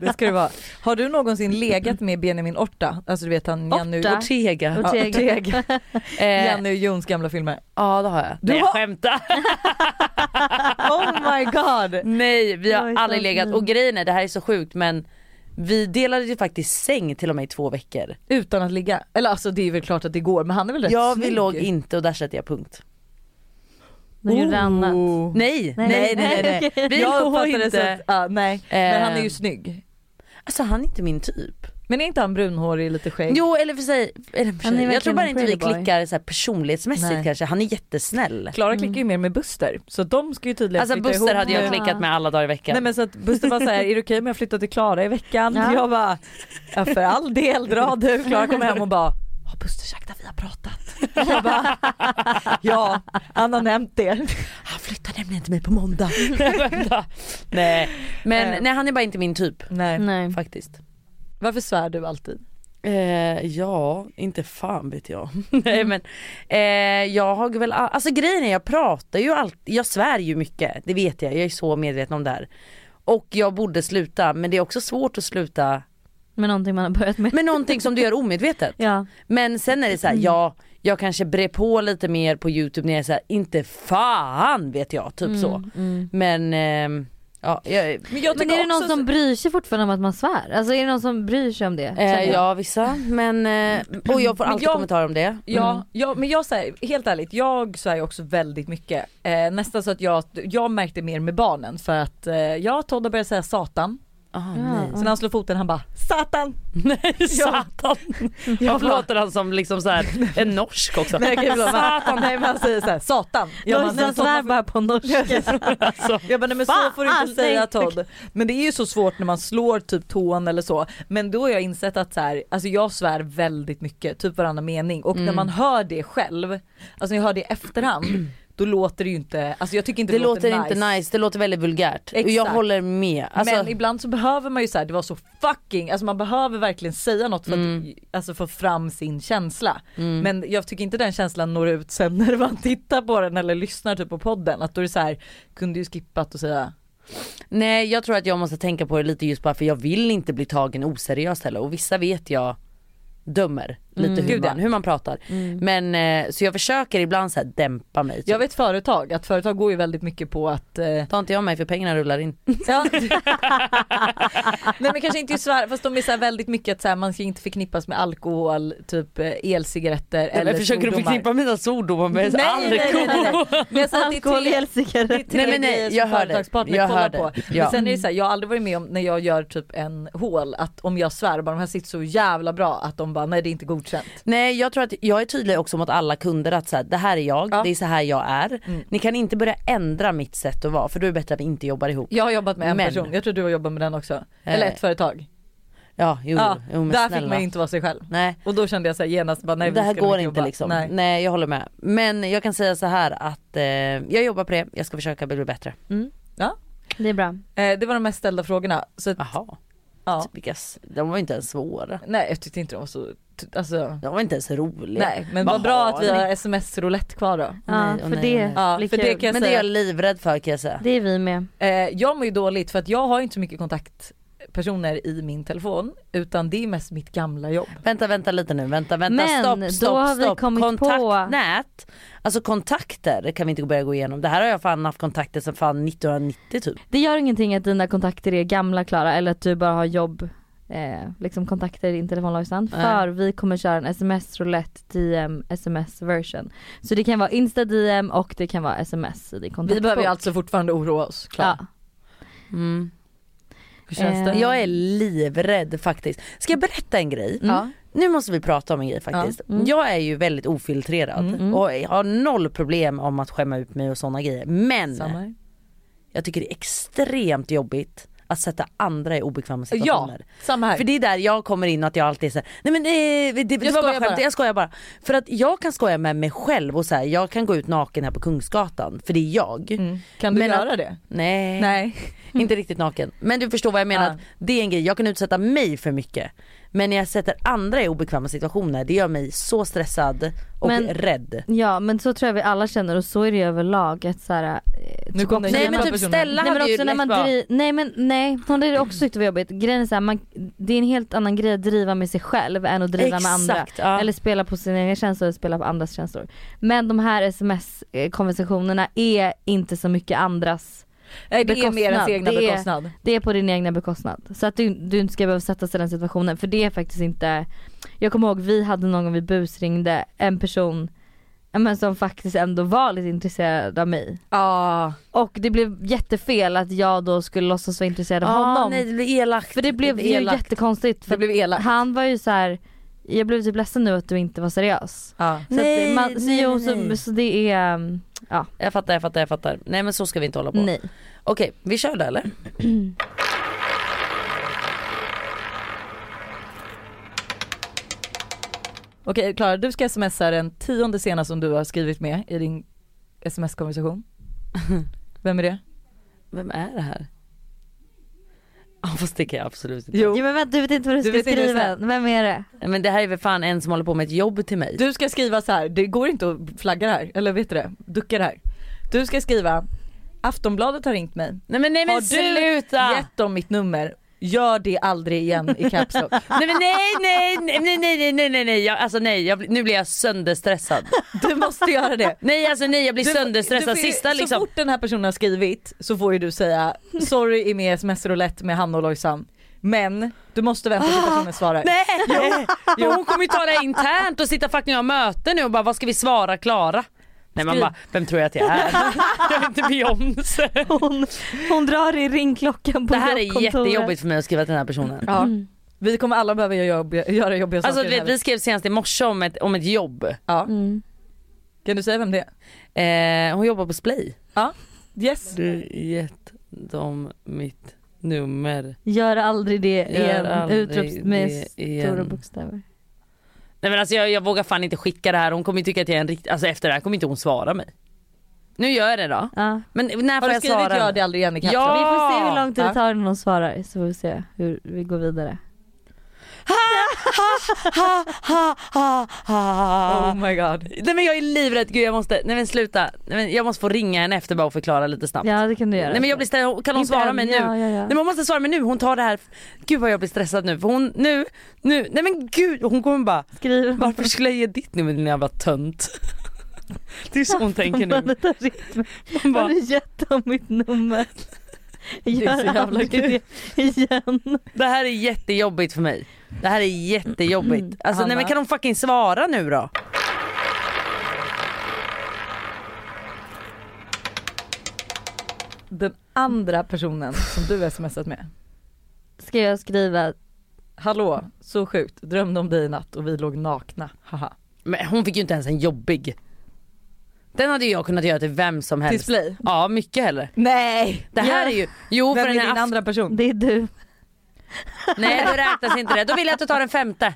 Speaker 4: det ska det vara. Har du någonsin legat med Benjamin Orta? Alltså du vet han Janne
Speaker 3: Orta?
Speaker 5: Ortega.
Speaker 4: Ja,
Speaker 3: Ortega. <laughs>
Speaker 4: Ortega.
Speaker 5: Eh,
Speaker 4: Janne och Jons gamla
Speaker 5: <laughs>
Speaker 4: filmer.
Speaker 5: ja det har jag.
Speaker 4: Du
Speaker 5: Nej jag
Speaker 4: har- <laughs>
Speaker 5: skämtar.
Speaker 4: Oh my god!
Speaker 5: Nej vi har
Speaker 3: Oj,
Speaker 4: Oh
Speaker 5: aldrig
Speaker 3: så
Speaker 5: legat
Speaker 3: fint.
Speaker 5: och grejen är det här är så sjukt men Vi delade ju faktiskt säng till och med i två veckor.
Speaker 4: Utan att ligga. Eller alltså det är väl klart att det går men han är väl rätt
Speaker 5: Jag vi
Speaker 4: snygg.
Speaker 5: låg inte och där sätter jag punkt.
Speaker 3: När du gjorde annat.
Speaker 4: Oh.
Speaker 5: Nej, nej, nej, nej. nej,
Speaker 3: okej.
Speaker 5: Vi
Speaker 4: Jag
Speaker 5: låg
Speaker 4: uppfattar det så
Speaker 5: inte.
Speaker 4: att, ja, nej. Men han är
Speaker 5: Eh.
Speaker 4: ju snygg.
Speaker 5: Alltså han är inte min typ.
Speaker 4: Men är inte han brunhårig, lite skägg?
Speaker 5: Jo eller för sig, eller för
Speaker 3: Han är
Speaker 5: sig. jag tror
Speaker 3: verkligen
Speaker 5: bara
Speaker 3: en
Speaker 5: inte vi
Speaker 3: pretty boy.
Speaker 5: klickar så här personlighetsmässigt
Speaker 4: Nej.
Speaker 5: kanske. Han är jättesnäll.
Speaker 4: Klara klickar ju mer med Buster så de ska ju tydligen
Speaker 5: Alltså
Speaker 4: flytta
Speaker 5: Buster
Speaker 4: ihop
Speaker 5: hade
Speaker 4: nu.
Speaker 5: jag
Speaker 3: med-
Speaker 5: klickat med alla dagar i veckan.
Speaker 4: Nej men så att Buster var såhär, är det okej om jag flyttar till Klara i veckan?
Speaker 3: Ja.
Speaker 4: Jag bara, ja, för all del dra du. Klara kom hem och bara, har Buster sagt att vi har pratat?
Speaker 5: <laughs>
Speaker 4: Jag bara, ja han har nämnt det.
Speaker 5: Han flyttar nämligen inte mig på måndag. Nej, vänta. <laughs> nej.
Speaker 4: Eh.
Speaker 5: Men nej, han är bara inte min typ
Speaker 4: Nej.
Speaker 3: Nej.
Speaker 5: faktiskt.
Speaker 4: Varför svär du alltid?
Speaker 5: Eh, ja, inte fan vet jag. <laughs>
Speaker 4: Mm.
Speaker 5: nej men eh, jag har väl, all- alltså grejen är jag pratar ju alltid, jag svär ju mycket. Det vet jag, jag är så medveten om det här. Och jag borde sluta men det är också svårt att sluta
Speaker 3: Med någonting man har börjat med.
Speaker 5: med någonting som du gör omedvetet.
Speaker 3: Ja.
Speaker 5: Men sen är det så här, ja jag kanske brer på lite mer på youtube när jag är så här, inte fan vet jag, typ
Speaker 4: Mm.
Speaker 3: Mm.
Speaker 5: så. Men ehm, ja, jag,
Speaker 4: Men, jag
Speaker 3: Men är det någon som bryr sig fortfarande om att man svär? Alltså är det någon som bryr sig om det?
Speaker 5: Eh,
Speaker 3: Känner jag.
Speaker 5: ja vissa, men eh, och jag får
Speaker 4: Men
Speaker 5: alltid
Speaker 4: jag-
Speaker 5: kommentarer om det.
Speaker 4: Ja, ja men jag säger helt ärligt, jag svär ju också väldigt mycket. Eh, nästan så att jag, jag märkte mer med barnen för att eh, jag Todd har börjat säga satan.
Speaker 5: Ah,
Speaker 3: Ja.
Speaker 4: Så när han slår foten han bara satan!
Speaker 5: <laughs> nej.
Speaker 4: Ja.
Speaker 5: Satan.
Speaker 4: Jag
Speaker 5: Varför
Speaker 4: bara-
Speaker 5: låter han som liksom så här, en norsk också?
Speaker 4: Nej,
Speaker 5: <laughs>
Speaker 4: gud, satan! Nej men han säger såhär, satan! Jag bara,
Speaker 3: Jag,
Speaker 4: "Nej,
Speaker 3: jag svär
Speaker 4: sådana-
Speaker 3: bara på
Speaker 5: <laughs>
Speaker 3: norska.
Speaker 5: Alltså,
Speaker 4: Jag bara, nej, men så
Speaker 3: Fan,
Speaker 4: får du inte säga
Speaker 3: nej.
Speaker 4: Todd. Men det är ju så svårt när man slår typ tån eller så. Men då har jag insett att så här, alltså jag svär väldigt mycket, typ varannan mening. Och när
Speaker 5: Mm.
Speaker 4: man hör det själv, alltså när jag hör det i efterhand, <clears throat> då låter det ju inte, alltså jag tycker inte
Speaker 5: det låter inte nice, det låter väldigt vulgärt. Och jag
Speaker 4: Exakt.
Speaker 5: håller med. Alltså,
Speaker 4: Men ibland så behöver man ju så här, det var så fucking, alltså man behöver verkligen säga något för att
Speaker 5: Mm.
Speaker 4: alltså få fram sin känsla. Men jag tycker inte den känslan når ut sen <laughs> när man tittar på den eller lyssnar typ på podden. Att då är det så här, kunde ju skippat och säga
Speaker 5: Nej jag tror att jag måste tänka på det lite just bara för jag vill inte bli tagen oseriöst heller och vissa vet jag dömer lite hur,
Speaker 4: Mm, Gud, ja. Mm.
Speaker 5: man, hur man pratar. Men eh, så jag försöker ibland så här dämpa mig. Typ.
Speaker 4: Jag vet företag, att företag går ju väldigt mycket på att... Eh,
Speaker 5: <laughs> Tar inte jag mig för pengarna rullar in.
Speaker 4: <laughs> ja. Nej men kanske inte just svär, fast de är så här väldigt mycket att så här, man ska inte förknippas med alkohol, typ eh, elcigaretter eller svordomar.
Speaker 5: mina svordomar med
Speaker 4: Nej, nej, nej, nej, nej. Men alltså, det är
Speaker 3: Alkohol
Speaker 4: tre-
Speaker 3: och elcigaretter.
Speaker 4: Det är tre
Speaker 5: Nej, men nej,
Speaker 4: grejer som
Speaker 5: jag hör det.
Speaker 4: företagspartner
Speaker 5: Jag
Speaker 4: kollar
Speaker 5: hör det.
Speaker 4: på.
Speaker 5: Ja.
Speaker 4: Men sen är det så här, jag har aldrig varit med om när jag gör typ en hål att om jag svär bara de här sitter så jävla bra att de bara nej det är inte godkänt.
Speaker 5: Nej jag tror att jag är tydlig också mot alla kunder att så här, det här är jag,
Speaker 4: Ja. Mm.
Speaker 5: det är så här jag är. Ni kan inte börja ändra mitt sätt att vara för då är det bättre att vi inte jobbar ihop.
Speaker 4: Jag har jobbat med en
Speaker 5: Men-
Speaker 4: person, jag tror du har jobbat med den också. Eller ett företag.
Speaker 5: Ja jo,
Speaker 4: Ja,
Speaker 5: jo men
Speaker 4: där
Speaker 5: snälla.
Speaker 4: fick man inte vara sig själv.
Speaker 5: Nej.
Speaker 4: Och då kände jag så här genast bara nej vi
Speaker 5: det här
Speaker 4: ska nog
Speaker 5: går inte
Speaker 4: jobba.
Speaker 5: liksom. Nej.
Speaker 4: Nej.
Speaker 5: jag håller med. Men jag kan säga så här att eh, jag jobbar på det, jag ska försöka bli bättre.
Speaker 4: Ja.
Speaker 3: Det är bra.
Speaker 4: Eh, <laughs> det var de mest ställda frågorna. Så att,
Speaker 5: Jaha.
Speaker 4: ja.
Speaker 5: Vilka, s- de var ju inte ens svåra.
Speaker 4: Nej jag tyckte inte de var så, t- alltså
Speaker 5: De var inte ens roliga.
Speaker 4: nej men
Speaker 5: Vad
Speaker 4: vad bra att vi
Speaker 5: har
Speaker 4: har sms-roulette kvar då.
Speaker 3: Ja,
Speaker 5: nej,
Speaker 3: för
Speaker 5: åh nej,
Speaker 3: det
Speaker 5: åh nej.
Speaker 4: Ja,
Speaker 3: blir
Speaker 4: för det
Speaker 3: kul.
Speaker 4: kan jag
Speaker 5: Men det är
Speaker 4: säga.
Speaker 5: jag livrädd för kan jag säga.
Speaker 3: Det är vi med.
Speaker 4: Eh, jag mår ju dåligt för att jag har ju inte så mycket kontaktpersoner i min telefon utan det är mest mitt gamla jobb.
Speaker 5: Vänta, vänta lite nu, vänta, vänta,
Speaker 3: Men då
Speaker 5: stopp, stopp,
Speaker 3: har vi
Speaker 5: stopp.
Speaker 3: kommit
Speaker 5: Kontaktnät, alltså kontakter kan vi inte börja gå igenom. Det här har jag fan haft kontakter sedan fan 1990 typ.
Speaker 3: Det gör ingenting att dina kontakter är gamla Klara eller att du bara har jobb, eh, liksom kontakter i din telefonlagstand.
Speaker 5: Nej.
Speaker 3: För vi kommer köra en sms roulette DM sms version. Så det kan vara insta DM och det kan vara sms i din kontaktbok.
Speaker 4: Vi behöver ju alltså fortfarande oroa oss. Klara.
Speaker 3: Ja.
Speaker 5: Mm.
Speaker 4: Hur känns
Speaker 3: Eh,
Speaker 4: det?
Speaker 5: Jag är livrädd faktiskt. Ska jag berätta en grej?
Speaker 3: Mm.
Speaker 4: Ja.
Speaker 5: Nu måste vi prata om en grej faktiskt. Jag är ju väldigt ofiltrerad
Speaker 3: Mm,
Speaker 5: och jag har noll problem om att skämma ut mig och sådana grejer. Men
Speaker 4: Samma här.
Speaker 5: jag tycker det är extremt jobbigt att sätta andra i obekväma
Speaker 4: Ja,
Speaker 5: situationer.
Speaker 4: samma här.
Speaker 5: För det är där jag kommer in och att jag alltid är såhär, nej men eh, det, det, det var bara
Speaker 4: skojar
Speaker 5: skämt,
Speaker 4: bara.
Speaker 5: jag skojar bara. För att jag kan skoja med mig själv och säga jag kan gå ut naken här på Kungsgatan för det är jag.
Speaker 4: Mm. Kan du
Speaker 5: Men
Speaker 4: göra
Speaker 5: att-
Speaker 4: det?
Speaker 5: Nej,
Speaker 4: Nej.
Speaker 5: <laughs> inte riktigt naken. Men du förstår vad jag menar,
Speaker 4: Ja.
Speaker 5: att det är en grej, jag kan utsätta mig för mycket. Men när jag sätter andra i obekväma situationer, det gör mig så stressad och
Speaker 3: Men-
Speaker 5: rädd.
Speaker 3: ja men så tror jag vi alla känner och så är det ju överlag. Att så här, eh,
Speaker 4: Nu kom den
Speaker 5: Nej
Speaker 4: jävla
Speaker 5: men typ
Speaker 4: personen.
Speaker 5: Stella
Speaker 3: Nej men
Speaker 5: hade ju
Speaker 3: också när
Speaker 5: lätt
Speaker 3: man
Speaker 5: bara-
Speaker 3: dri- nej men nej, hon hade också tyckt det var jobbigt. Grejen är så här, man, det är en helt annan grej att driva med sig själv än att driva med andra.
Speaker 5: Exakt, ja.
Speaker 3: Eller spela på sina egna känslor eller spela på andras eh, känslor. Men de här sms-konversationerna är inte så mycket andras
Speaker 4: Nej, det är mer ens
Speaker 3: Bekostnad.
Speaker 4: egna
Speaker 3: Det är-
Speaker 4: bekostnad.
Speaker 3: Det är på din egna bekostnad. Så att du, du inte ska behöva sätta sig i den situationen. För det är faktiskt inte, jag kommer ihåg vi hade någon gång vi busringde en person ja, men som faktiskt ändå var lite intresserad av mig.
Speaker 5: Ja.
Speaker 3: Och det blev jättefel att jag då skulle låtsas vara intresserad av
Speaker 5: Ah,
Speaker 3: honom.
Speaker 5: nej det blir elakt.
Speaker 3: För det blev ju
Speaker 5: elakt.
Speaker 3: jättekonstigt.
Speaker 4: Det
Speaker 3: För
Speaker 4: blev elakt.
Speaker 3: han var ju så här. jag blev typ ledsen nu att du inte var seriös.
Speaker 4: Ja.
Speaker 3: Så, att
Speaker 5: Nej,
Speaker 3: man, så,
Speaker 5: nej,
Speaker 3: jo, Så,
Speaker 5: nej.
Speaker 3: så det är, um, ja
Speaker 5: Jag fattar, jag fattar, jag fattar. Nej men så ska vi inte hålla på.
Speaker 3: nej.
Speaker 5: Okej, vi kör det eller?
Speaker 4: Okej Klara, du ska smsa den tionde senast som du har skrivit med i din sms-konversation.
Speaker 5: <laughs>
Speaker 4: Vem är det?
Speaker 5: Vem är det här? Ja fast det kan jag absolut inte.
Speaker 3: Jo. men vänta du vet inte vad du,
Speaker 4: Du
Speaker 3: ska
Speaker 4: vet inte
Speaker 3: skriva,
Speaker 4: ens
Speaker 3: vem är det?
Speaker 5: Nej, Men det här är väl fan en som håller på med ett jobb till mig.
Speaker 4: Du ska skriva så här, det går inte att flagga det här, eller vet du det? Ducka det här. Du ska skriva, Aftonbladet har ringt mig.
Speaker 5: Nej men nej men
Speaker 4: Har du
Speaker 5: sluta!
Speaker 4: Gett dem mitt nummer, gör det aldrig igen i Caps Lock.
Speaker 5: Nej men nej nej nej nej nej nej nej nej jag, alltså nej jag, blir- nu blir jag sönderstressad.
Speaker 4: Du måste
Speaker 5: <laughs>
Speaker 4: göra det.
Speaker 5: Nej alltså nej jag blir
Speaker 4: Du-
Speaker 5: sönderstressad
Speaker 4: du får ju-
Speaker 5: sista
Speaker 4: Så
Speaker 5: liksom.
Speaker 4: fort den här personen har skrivit så får ju du säga sorry i med sms roulette med Hanna och Lojsan. Men du måste vänta
Speaker 5: Ah,
Speaker 4: till personen svarar.
Speaker 5: Nej! <laughs> Jo, hon kommer ju ta det här internt och sitta fuck när jag har möte nu och bara vad ska vi svara Klara? Nej man
Speaker 4: Skriv.
Speaker 5: bara, vem tror jag att jag är? <laughs> Jag är inte Beyoncé.
Speaker 3: Hon, hon drar i ringklockan på
Speaker 5: Det här är
Speaker 3: jobbkontoret. Mm,
Speaker 5: jättejobbigt för mig att skriva till den här personen.
Speaker 4: Ja. Vi kommer alla behöva göra jobbiga, göra jobbiga
Speaker 5: Alltså
Speaker 4: saker.
Speaker 5: du
Speaker 4: i den
Speaker 5: vet,
Speaker 4: här
Speaker 5: vi skrev senast i morse om ett, om ett jobb.
Speaker 4: Ja.
Speaker 3: Mm.
Speaker 4: Kan du säga vem det är?
Speaker 5: Eh, hon jobbar på Splay.
Speaker 4: Yes.
Speaker 5: Du gett dem mitt nummer.
Speaker 3: Gör aldrig det
Speaker 5: Gör
Speaker 3: igen.
Speaker 5: aldrig
Speaker 3: Utrops med
Speaker 5: det
Speaker 3: stora
Speaker 5: igen.
Speaker 3: bokstäver.
Speaker 5: Nej men alltså jag, jag vågar fan inte skicka det här. Hon kommer ju tycka att jag är en riktig, alltså efter det här kommer inte hon svara mig. Nu gör jag det då.
Speaker 3: Ja.
Speaker 5: Men när
Speaker 4: Har
Speaker 5: får
Speaker 4: du
Speaker 5: jag
Speaker 4: skrivit
Speaker 5: svara?
Speaker 4: gör det aldrig igen i Caps
Speaker 5: Ja.
Speaker 4: Lock?
Speaker 3: Vi får se hur lång tid
Speaker 4: Ja.
Speaker 3: det tar innan hon svarar så får vi se hur vi går vidare.
Speaker 5: Ha, ha, ha.
Speaker 4: Oh my god.
Speaker 5: Nej men jag är livrädd, gud jag måste, nej men sluta. Nej, men jag måste få ringa henne efter bara och förklara lite snabbt.
Speaker 3: Ja det kan du göra.
Speaker 5: Nej men jag blir stressad, kan hon
Speaker 3: Inte
Speaker 5: svara
Speaker 3: än.
Speaker 5: mig nu?
Speaker 3: Ja, ja, ja.
Speaker 5: Nej men hon måste svara mig nu, hon tar det här, gud vad jag blir stressad nu för hon, nu, nu, nej men gud hon kommer bara
Speaker 3: Skriv
Speaker 5: varför skulle jag ge ditt nummer din jävla tönt? <laughs> Det är så
Speaker 3: <laughs>
Speaker 5: hon tänker nu.
Speaker 4: <laughs>
Speaker 3: Bandet har ringt mig.
Speaker 5: Hon
Speaker 3: Har
Speaker 5: bara,
Speaker 3: du gett dem mitt nummer?
Speaker 4: är så
Speaker 3: Gör
Speaker 4: jävla
Speaker 3: aldrig
Speaker 4: kul.
Speaker 3: det igen.
Speaker 5: det här är jättejobbigt för mig. Det här är jättejobbigt. Alltså nej
Speaker 4: Hanna.
Speaker 5: men kan hon fucking svara nu då?
Speaker 4: Den andra personen som du smsat med.
Speaker 3: Ska jag skriva?
Speaker 4: Hallå, så sjukt. Drömde om dig i natt och vi låg nakna. Haha.
Speaker 5: Men hon fick ju inte ens en jobbig. Den hade ju jag kunnat göra till vem som helst.
Speaker 4: Display.
Speaker 5: Ja mycket hellre.
Speaker 4: Nej!
Speaker 5: Det här
Speaker 3: Ja.
Speaker 5: är ju, jo
Speaker 4: Vem
Speaker 5: för
Speaker 4: är
Speaker 5: den
Speaker 4: din
Speaker 5: här
Speaker 4: andra person?
Speaker 3: Det är du.
Speaker 5: Nej då räknas inte det. Då vill jag att du tar den femte.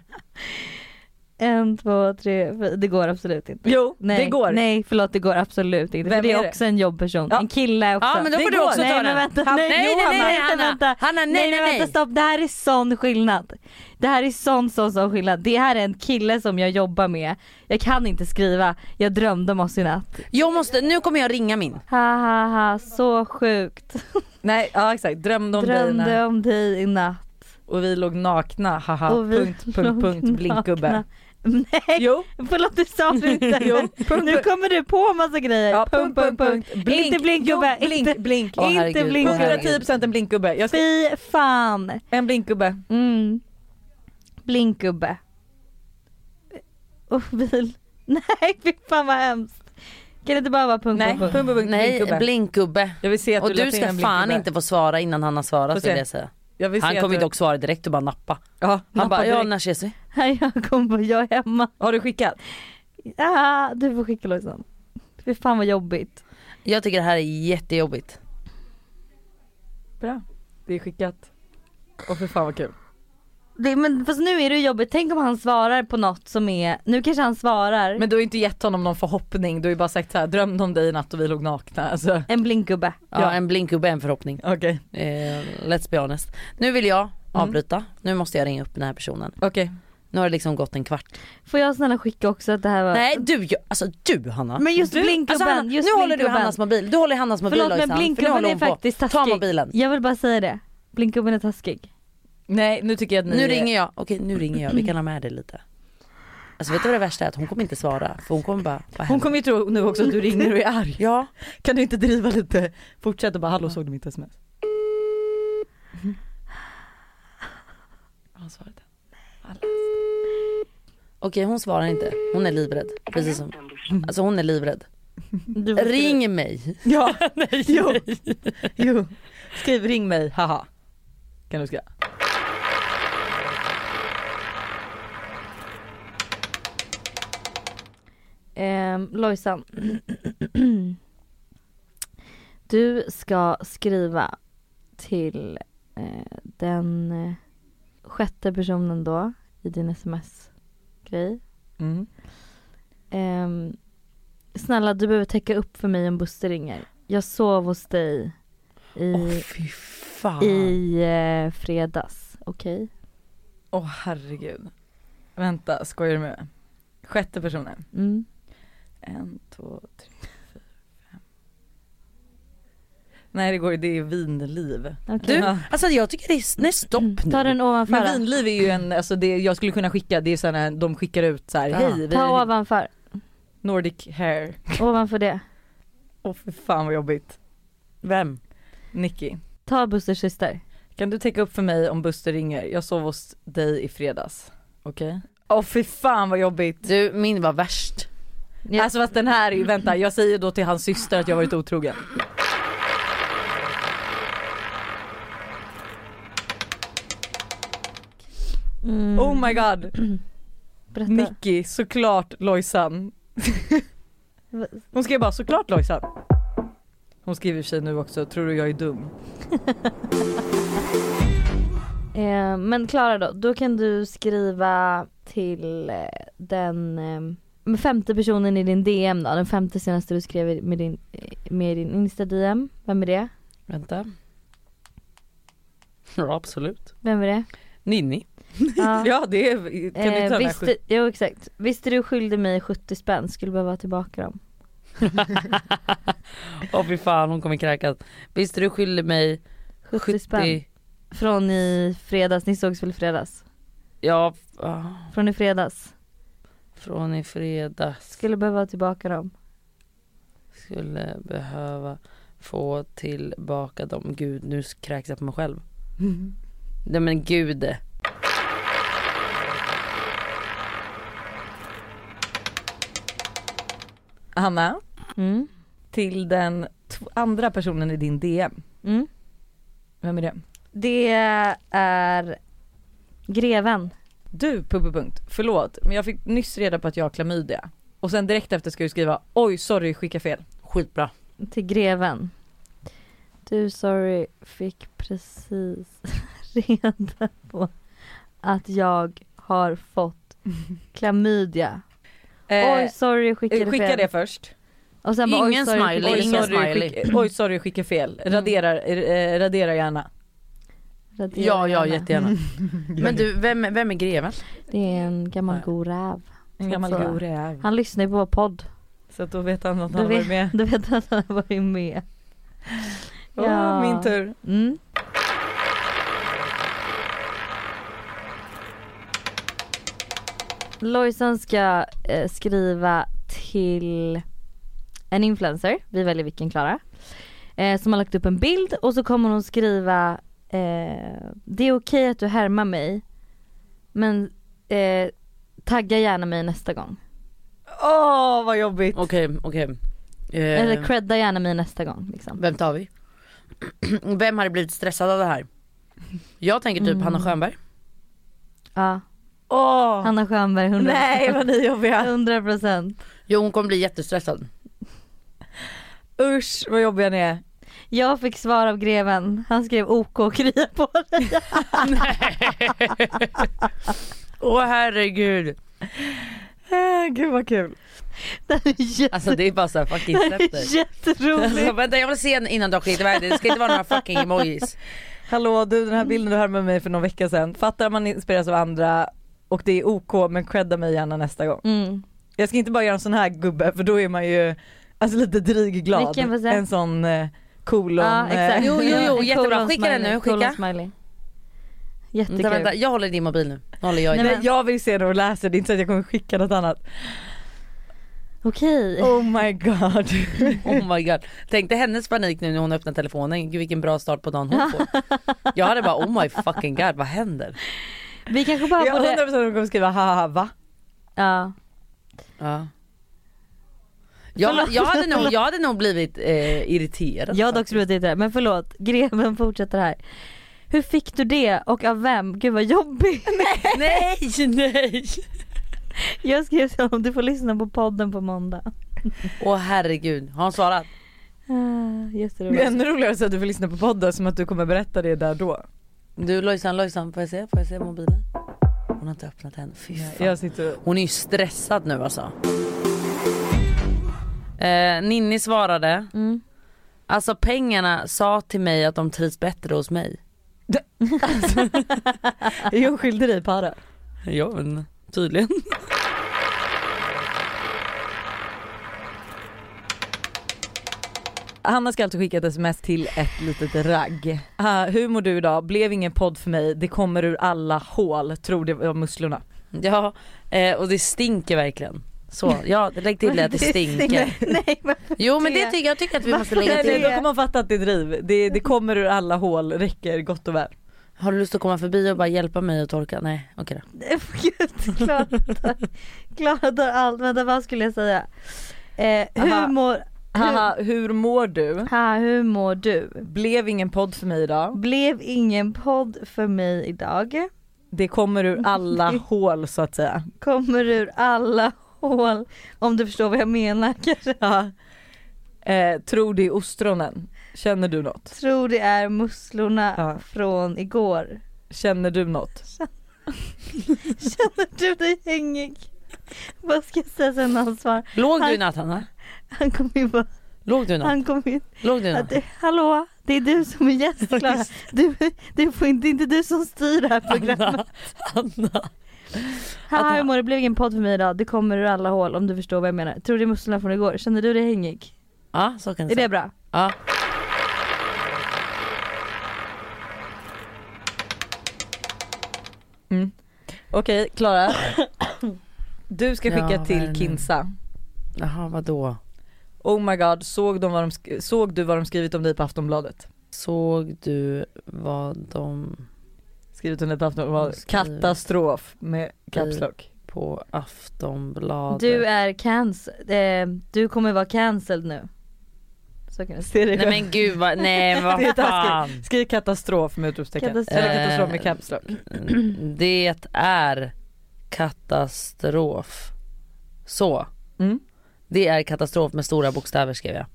Speaker 3: En, två, tre, fyra. Det går absolut inte.
Speaker 4: Jo,
Speaker 3: Nej,
Speaker 4: det går.
Speaker 3: Nej förlåt det går absolut inte.
Speaker 4: Vem
Speaker 3: för det är,
Speaker 4: är det?
Speaker 3: också en jobbperson.
Speaker 4: Ja.
Speaker 3: En kille också.
Speaker 5: Ja men då
Speaker 4: Det
Speaker 5: får du
Speaker 4: går.
Speaker 5: också
Speaker 3: nej,
Speaker 5: ta
Speaker 3: men
Speaker 5: den.
Speaker 3: vänta, nej,
Speaker 5: nej,
Speaker 3: Johanna,
Speaker 5: nej, nej,
Speaker 3: vänta,
Speaker 5: Hanna.
Speaker 3: vänta.
Speaker 5: Hanna, nej,
Speaker 3: Nej,
Speaker 5: nej, nej.
Speaker 3: vänta stopp, det här är sån skillnad. Det här är sån sån sån skillnad. Det här är en kille som jag jobbar med. Jag kan inte skriva, jag drömde om oss i natt.
Speaker 5: Jag måste, nu kommer jag ringa min.
Speaker 3: Ha ha ha, så sjukt.
Speaker 4: Nej, ja exakt. Drömde om dig i natt.
Speaker 3: Drömde om dig i natt.
Speaker 4: Och vi låg nakna, haha,
Speaker 3: Och vi
Speaker 4: punkt, punkt,
Speaker 3: låg <laughs>
Speaker 4: punkt, blinkgubbe.
Speaker 3: nakna. Nej,
Speaker 4: Jo,
Speaker 3: förlåt det
Speaker 4: <laughs>
Speaker 3: sa du inte.
Speaker 4: Jo,
Speaker 3: nu kommer du på massa grejer.
Speaker 4: ja, punkt, punkt, punkt.
Speaker 3: Blink. Inte blinkgubbe,
Speaker 4: Jo, blink,
Speaker 3: inte,
Speaker 4: blink.
Speaker 5: Åh, herregud,
Speaker 3: inte
Speaker 5: åh,
Speaker 3: blinkgubbe.
Speaker 5: herregud.
Speaker 4: 110% en blinkgubbe. Jag ska,
Speaker 3: Fy fan.
Speaker 4: en blinkgubbe.
Speaker 3: Mm. Blinkgubbe. Och bil. <laughs> Nej fy fan vad hemskt. Kan det inte bara vara punkt,
Speaker 4: Nej,
Speaker 3: punkt,
Speaker 4: punkt,
Speaker 3: punkt?
Speaker 4: punkt, punkt,
Speaker 5: Nej
Speaker 4: blinkgubbe.
Speaker 5: blinkgubbe.
Speaker 4: Jag vill se att
Speaker 5: Och
Speaker 4: la
Speaker 5: du
Speaker 4: till
Speaker 5: ska
Speaker 4: en
Speaker 5: fan
Speaker 4: blinkgubbe.
Speaker 5: inte få svara innan han har svarat
Speaker 4: Får
Speaker 5: vill
Speaker 4: se.
Speaker 5: jag säga.
Speaker 4: Jag vill se
Speaker 5: Han
Speaker 4: att
Speaker 5: kommer
Speaker 4: du-
Speaker 5: inte dock svara direkt och bara nappa.
Speaker 4: Ja,
Speaker 5: Han bara, ja
Speaker 4: ja,
Speaker 5: när ses vi?
Speaker 3: Här jag kom på, jag är hemma.
Speaker 4: Har du skickat?
Speaker 3: Ah, du får skicka Lojsan. Fy fan vad jobbigt.
Speaker 5: Jag tycker det här är jättejobbigt.
Speaker 4: Bra. Det är skickat. Och för fan vad
Speaker 5: Mm.
Speaker 4: kul.
Speaker 3: Det, men fast nu är det ju jobbigt, tänk om han svarar på något som är, nu kanske han svarar
Speaker 4: Men du har ju inte gett honom någon förhoppning. Du har ju bara sagt så här, drömde om dig i natt och vi låg nakna. Alltså,
Speaker 3: en blinkgubbe.
Speaker 5: Ja,
Speaker 4: Ja.
Speaker 5: en blinkgubbe är en förhoppning.
Speaker 4: okej.
Speaker 5: Eh, let's be honest. Nu vill
Speaker 3: Mm.
Speaker 5: jag avbryta. Nu måste jag ringa upp den här personen.
Speaker 4: Okej.
Speaker 5: Nu har det liksom gått en kvart.
Speaker 3: Får jag snälla skicka också att det här var
Speaker 5: Nej du, jag, alltså du Hanna.
Speaker 3: Men just
Speaker 5: du, alltså,
Speaker 3: blinkgubben,
Speaker 5: Hanna,
Speaker 3: just
Speaker 5: nu håller du
Speaker 3: blinkgubben.
Speaker 5: Hannas mobil. Du håller i Hannas mobil
Speaker 3: Förlåt men
Speaker 5: Lojsan, för nu
Speaker 3: blinkgubben
Speaker 5: håller
Speaker 3: är
Speaker 5: hon på.
Speaker 3: faktiskt taskig.
Speaker 5: Ta mobilen.
Speaker 3: Jag vill bara säga det. Blinkgubben är taskig.
Speaker 4: Nej, nu tycker jag att ni
Speaker 5: Nu ringer jag. Okej nu ringer jag. Vi kan ha med det lite. Alltså vet du vad det värsta är? Att hon kommer inte svara för hon kommer bara, vad
Speaker 4: Hon
Speaker 5: händer?
Speaker 4: kommer ju tro nu också att du ringer och är arg.
Speaker 5: Ja,
Speaker 4: Kan du inte driva lite? Fortsätt och bara hallå såg du mitt sms? Har han svarat än?
Speaker 5: okej hon svarar inte. Hon är livrädd. Precis som, alltså hon är livrädd.
Speaker 3: Du får-
Speaker 5: Ring <laughs> mig.
Speaker 4: Ja, jo. jo. Skriv ring mig, haha. Kan du skriva?
Speaker 3: Ehm, Lojsan. <clears throat> Du ska skriva till eh, den eh, sjätte personen då i din sms-grej.
Speaker 4: Mm.
Speaker 3: Ehm, snälla du behöver täcka upp för mig om Buster ringer. Jag sov hos dig i,
Speaker 5: Åh fy fan.
Speaker 3: i eh, fredags. Okej?
Speaker 4: Åh herregud. Vänta, skojar du med mig? Sjätte personen.
Speaker 3: Mm.
Speaker 4: En, två, tre, fyra, fem. Nej det går ju, det är vinliv.
Speaker 3: Okej.
Speaker 5: Du,
Speaker 4: Ja.
Speaker 5: alltså jag tycker det är, nej stopp nu.
Speaker 3: Ta den ovanför.
Speaker 4: Men vinliv är ju en, alltså det jag skulle kunna skicka, det är sådana de skickar ut så här,
Speaker 5: Ja.
Speaker 4: hej vi
Speaker 3: Ta
Speaker 4: är
Speaker 3: ovanför.
Speaker 4: Nordic hair.
Speaker 3: Ovanför det.
Speaker 4: Åh för fan vad jobbigt.
Speaker 5: Vem?
Speaker 4: Nicky,
Speaker 3: Ta Busters syster.
Speaker 4: kan du täcka upp för mig om Buster ringer? Jag sov hos dig i fredags. Okej. Åh för fan vad jobbigt.
Speaker 5: Du, min var värst.
Speaker 3: Ja.
Speaker 4: Alltså fast den här är ju, vänta jag säger då till hans syster att jag varit otrogen.
Speaker 3: Mm.
Speaker 4: Oh my god.
Speaker 3: Berätta.
Speaker 4: Nicky, såklart Lojsan. Hon skrev bara såklart Lojsan. Hon skriver i och för sig nu också, tror du jag är dum?
Speaker 3: Eh, men Klara då, då kan du skriva till eh, den eh, med femte personen i din DM då, den femte senaste du skrev med din, eh, med din Insta-DM. Vem är det?
Speaker 5: Vänta. Ja absolut.
Speaker 3: Vem är det?
Speaker 5: Ninni.
Speaker 3: Ja.
Speaker 4: <laughs> Ja det är, kan du ta
Speaker 3: Eh,
Speaker 4: den här
Speaker 3: visste, jo exakt. Visste du skyldig mig 70 spänn, skulle behöva ha tillbaka dem.
Speaker 5: <laughs> Åh fy fan hon kommer kräkas. Visst du skyller mig
Speaker 3: 70, spänn. Från i fredags, ni sågs väl i fredags?
Speaker 5: Ja, f- ah,
Speaker 3: Från i fredags.
Speaker 5: från i fredags.
Speaker 3: Skulle behöva ha tillbaka dem.
Speaker 5: Skulle behöva få tillbaka dem. Gud nu kräks jag på mig själv. Mm. Nej men gud.
Speaker 4: Hanna,
Speaker 3: Mm.
Speaker 4: till den tw- andra personen i din DM.
Speaker 3: Mm.
Speaker 4: Vem är det?
Speaker 3: Det är greven.
Speaker 4: Du Puppe Punkt, förlåt men jag fick nyss reda på att jag har klamydia. Och sen direkt efter ska du skriva oj sorry skicka fel.
Speaker 5: Skitbra.
Speaker 3: till greven. Du sorry fick precis <laughs> reda på att jag har fått
Speaker 4: <laughs>
Speaker 3: klamydia.
Speaker 4: Eh,
Speaker 3: Oj sorry skickade
Speaker 4: eh, skicka
Speaker 3: fel.
Speaker 4: det först.
Speaker 3: Och sen bara,
Speaker 5: Ingen
Speaker 3: oj, sorry,
Speaker 5: smiley,
Speaker 3: skickade
Speaker 4: Oj
Speaker 5: ingen
Speaker 3: fel.
Speaker 4: sorry,
Speaker 5: smiley. Mm.
Speaker 4: skicka, oj sorry skicka fel. Radera, eh, radera gärna.
Speaker 3: Radera
Speaker 5: Ja, ja
Speaker 3: gärna.
Speaker 5: jättegärna. <laughs> Men du, vem, vem är greven?
Speaker 3: Det är en gammal
Speaker 5: Nej.
Speaker 3: god räv.
Speaker 4: En gammal
Speaker 3: Så-
Speaker 4: god räv.
Speaker 3: Han lyssnar ju på vår podd.
Speaker 4: Så att då vet han att
Speaker 3: Då
Speaker 4: han har
Speaker 3: vet-
Speaker 4: varit med.
Speaker 3: Du vet <laughs> att han har varit med.
Speaker 4: Åh min tur.
Speaker 3: Mm. Lojsan ska eh, skriva till en influencer, vi väljer vilken Klara, eh, som har lagt upp en bild och så kommer hon skriva eh, Det är okej att du härmar mig men eh, tagga gärna mig nästa gång.
Speaker 4: Åh vad jobbigt.
Speaker 5: Okej, okej. Eh,
Speaker 3: Eller credda gärna mig nästa gång. Liksom.
Speaker 5: vem tar vi? <clears throat> vem hade blivit stressad av det här? Jag tänker typ Hanna Stjernberg.
Speaker 3: Ja,
Speaker 4: Åh.
Speaker 3: Hanna Stjernberg 100
Speaker 4: Nej vad ni är jobbiga.
Speaker 3: 100 procent.
Speaker 5: Jo hon kommer bli jättestressad.
Speaker 4: Usch vad jobbiga ni är.
Speaker 3: Jag fick svar av greven, han skrev OK och krya på dig.
Speaker 5: Åh herregud.
Speaker 4: Äh, gud vad kul.
Speaker 3: Den är
Speaker 5: <laughs>
Speaker 3: jätte-
Speaker 5: Alltså det är bara såhär <laughs> fucking släpp dig.
Speaker 3: jätterolig.
Speaker 5: Alltså, vänta jag vill se en innan du har skitit iväg det. Det ska inte vara några fucking emojis.
Speaker 4: Hallå du den här
Speaker 3: Mm.
Speaker 4: bilden du hade med mig för någon vecka sedan. Fattar att man inspireras av andra och det är OK men credda mig gärna nästa gång.
Speaker 3: Mm.
Speaker 4: Jag ska inte bara göra en sån här gubbe för då är man ju alltså lite dryg glad.
Speaker 3: Vilken får jag säga?
Speaker 4: en sån eh, kolon.
Speaker 3: Ja,
Speaker 4: eh,
Speaker 3: exakt.
Speaker 4: <laughs>
Speaker 5: Jo, jo, jo,
Speaker 3: En
Speaker 5: jättebra.
Speaker 3: kolon
Speaker 5: Skicka den
Speaker 3: smiley,
Speaker 5: nu, skicka.
Speaker 3: kolon smiley. Jättekul.
Speaker 5: Vänta, vänta, jag håller i din mobil nu. Nu håller jag i
Speaker 3: Nej,
Speaker 5: din.
Speaker 4: Men jag vill se det och läsa det, inte så att jag kommer skicka något annat.
Speaker 3: Okej.
Speaker 4: Oh my god.
Speaker 5: Oh my god. Tänk dig hennes panik nu när hon öppnar telefonen. Gud vilken bra start på dagen hon får. Jag hade bara oh my fucking god vad händer?
Speaker 3: Vi kanske bara
Speaker 4: Jag undrar
Speaker 3: borde...
Speaker 4: om de kommer skriva haha va?
Speaker 3: Ja.
Speaker 5: Ja. Jag, jag, hade nog, jag hade nog blivit eh, irriterad.
Speaker 3: Jag har dock skrivit det där, men förlåt. Greven fortsätter här. Hur fick du det och av vem? Gud vad jobbigt.
Speaker 5: <laughs> Nej nej.
Speaker 3: Jag skrev till honom, du får lyssna på podden på måndag.
Speaker 5: Åh herregud, har hon svarat?
Speaker 3: Ah,
Speaker 4: Det är
Speaker 3: Jätteroligt.
Speaker 4: ännu roligare att säga att du får lyssna på podden som att du kommer berätta det där då.
Speaker 5: Du Lojsan, Lojsan får jag se? Får jag se mobilen? Hon har inte öppnat än. Fy fan.
Speaker 4: Jag sitter och...
Speaker 5: Hon är ju stressad nu alltså. Eh, Ninni svarade.
Speaker 3: Mm.
Speaker 5: Alltså pengarna sa till mig att de trivs bättre hos mig.
Speaker 4: Är jag skyldig dig para?
Speaker 5: Ja men tydligen.
Speaker 4: Hanna ska alltså skicka ett sms till ett litet ragg. Ah, hur mår du idag? Blev ingen podd för mig. Det kommer ur alla hål, tror det var musslorna.
Speaker 5: Ja eh, och det stinker verkligen. Så ja lägg till
Speaker 3: <laughs>
Speaker 5: det att det stinker.
Speaker 3: Nej, men
Speaker 5: Jo men det tycker jag tycker att vi måste lägga
Speaker 4: Nej, nej,
Speaker 5: till.
Speaker 4: då kommer man fatta att det är driv. Det, det kommer ur alla hål, räcker gott och väl.
Speaker 5: Har du lust att komma förbi och bara hjälpa mig att torka? Nej okej då.
Speaker 3: gud. Klara tar- Klara tar allt. Vänta vad skulle jag säga? Eh,
Speaker 4: Aha.
Speaker 3: hur mår...
Speaker 4: Hanna, hur mår du?
Speaker 3: Ha, hur mår du?
Speaker 4: Blev ingen podd för mig idag.
Speaker 3: Blev ingen podd för mig idag.
Speaker 4: Det kommer ur <laughs> alla hål så att säga.
Speaker 3: Kommer ur alla hål. Om du förstår vad jag menar kanske.
Speaker 4: Eh, tror det är ostronen. Känner du något?
Speaker 3: Tror det är musslorna
Speaker 4: Ja.
Speaker 3: från igår.
Speaker 4: Känner du något?
Speaker 3: Känner du dig hängig? Vad ska jag säga sen när han svarar?
Speaker 5: Låg du
Speaker 3: Han-
Speaker 5: i natt Hanna?
Speaker 3: Han kommer ju bara,
Speaker 5: Låg du i natt?
Speaker 3: han kommer ju,
Speaker 5: Låg du i
Speaker 3: att,
Speaker 5: natt?
Speaker 3: det- hallå det är du som är gäst Klara. Du, du får inte, det är inte du som styr det här programmet.
Speaker 5: Anna, <laughs> Anna.
Speaker 3: Haha hur mår du? Det blev ingen podd för mig idag. Det kommer ur alla hål om du förstår vad jag menar. Tror det är musslorna från igår. Känner du dig hängig?
Speaker 5: Ja så kan
Speaker 3: Är
Speaker 5: det
Speaker 3: det
Speaker 5: säga.
Speaker 3: bra?
Speaker 5: Ja.
Speaker 4: Okej
Speaker 5: <coughs>
Speaker 4: Klara. Du ska skicka
Speaker 5: Ja, vad är det
Speaker 4: till
Speaker 5: nu?
Speaker 4: Kinsa.
Speaker 5: Jaha vadå?
Speaker 4: Oh my god, såg, de vad de sk- såg du vad de skrivit om dig på Aftonbladet?
Speaker 5: Såg du vad de
Speaker 4: Skrivit om dig på Aftonbladet.
Speaker 5: Skrivit.
Speaker 4: Katastrof med
Speaker 3: Eh.
Speaker 4: caps lock.
Speaker 5: på Aftonbladet?
Speaker 3: Du är cancel, eh, du kommer vara cancelled nu. Så kan jag säga.
Speaker 4: Ser du?
Speaker 5: Nej men gud vad, nej
Speaker 4: Det är
Speaker 5: vad fan.
Speaker 4: taskigt. Skriv katastrof med utropstecken.
Speaker 3: Katastrof.
Speaker 4: Eller katastrof med caps lock.
Speaker 5: Det är katastrof. Så.
Speaker 4: Mm.
Speaker 5: Det är katastrof med stora bokstäver skrev jag.